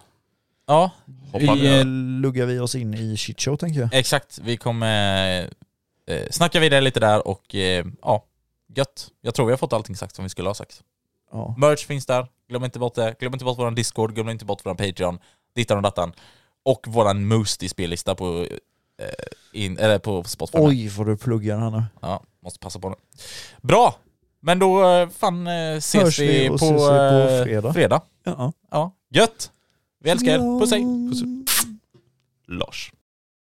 [SPEAKER 4] Ja,
[SPEAKER 2] hoppar vi
[SPEAKER 4] eh,
[SPEAKER 2] över.
[SPEAKER 3] luggar vi oss in i shitshow tänker jag.
[SPEAKER 4] exakt. Vi kommer eh, snacka vidare lite där och eh, ja, gött. Jag tror vi har fått allting sagt som vi skulle ha sagt.
[SPEAKER 3] Ja.
[SPEAKER 4] Merch finns där. Glöm inte bort det. Glöm inte bort våran Discord. Glöm inte bort våran Patreon. Dittan och dattan. Och våran Moosty spellista på, eh, in, eller på Spotify.
[SPEAKER 3] Oj vad du pluggar här nu.
[SPEAKER 4] Ja, måste passa på nu. Bra! Men då eh, fan eh, ses
[SPEAKER 3] Hörs
[SPEAKER 4] vi,
[SPEAKER 3] vi
[SPEAKER 4] på,
[SPEAKER 3] och ses vi på
[SPEAKER 4] eh,
[SPEAKER 3] fredag.
[SPEAKER 4] fredag.
[SPEAKER 3] Ja.
[SPEAKER 4] Ja, gött! Vi älskar er. Puss hej!
[SPEAKER 2] Lars.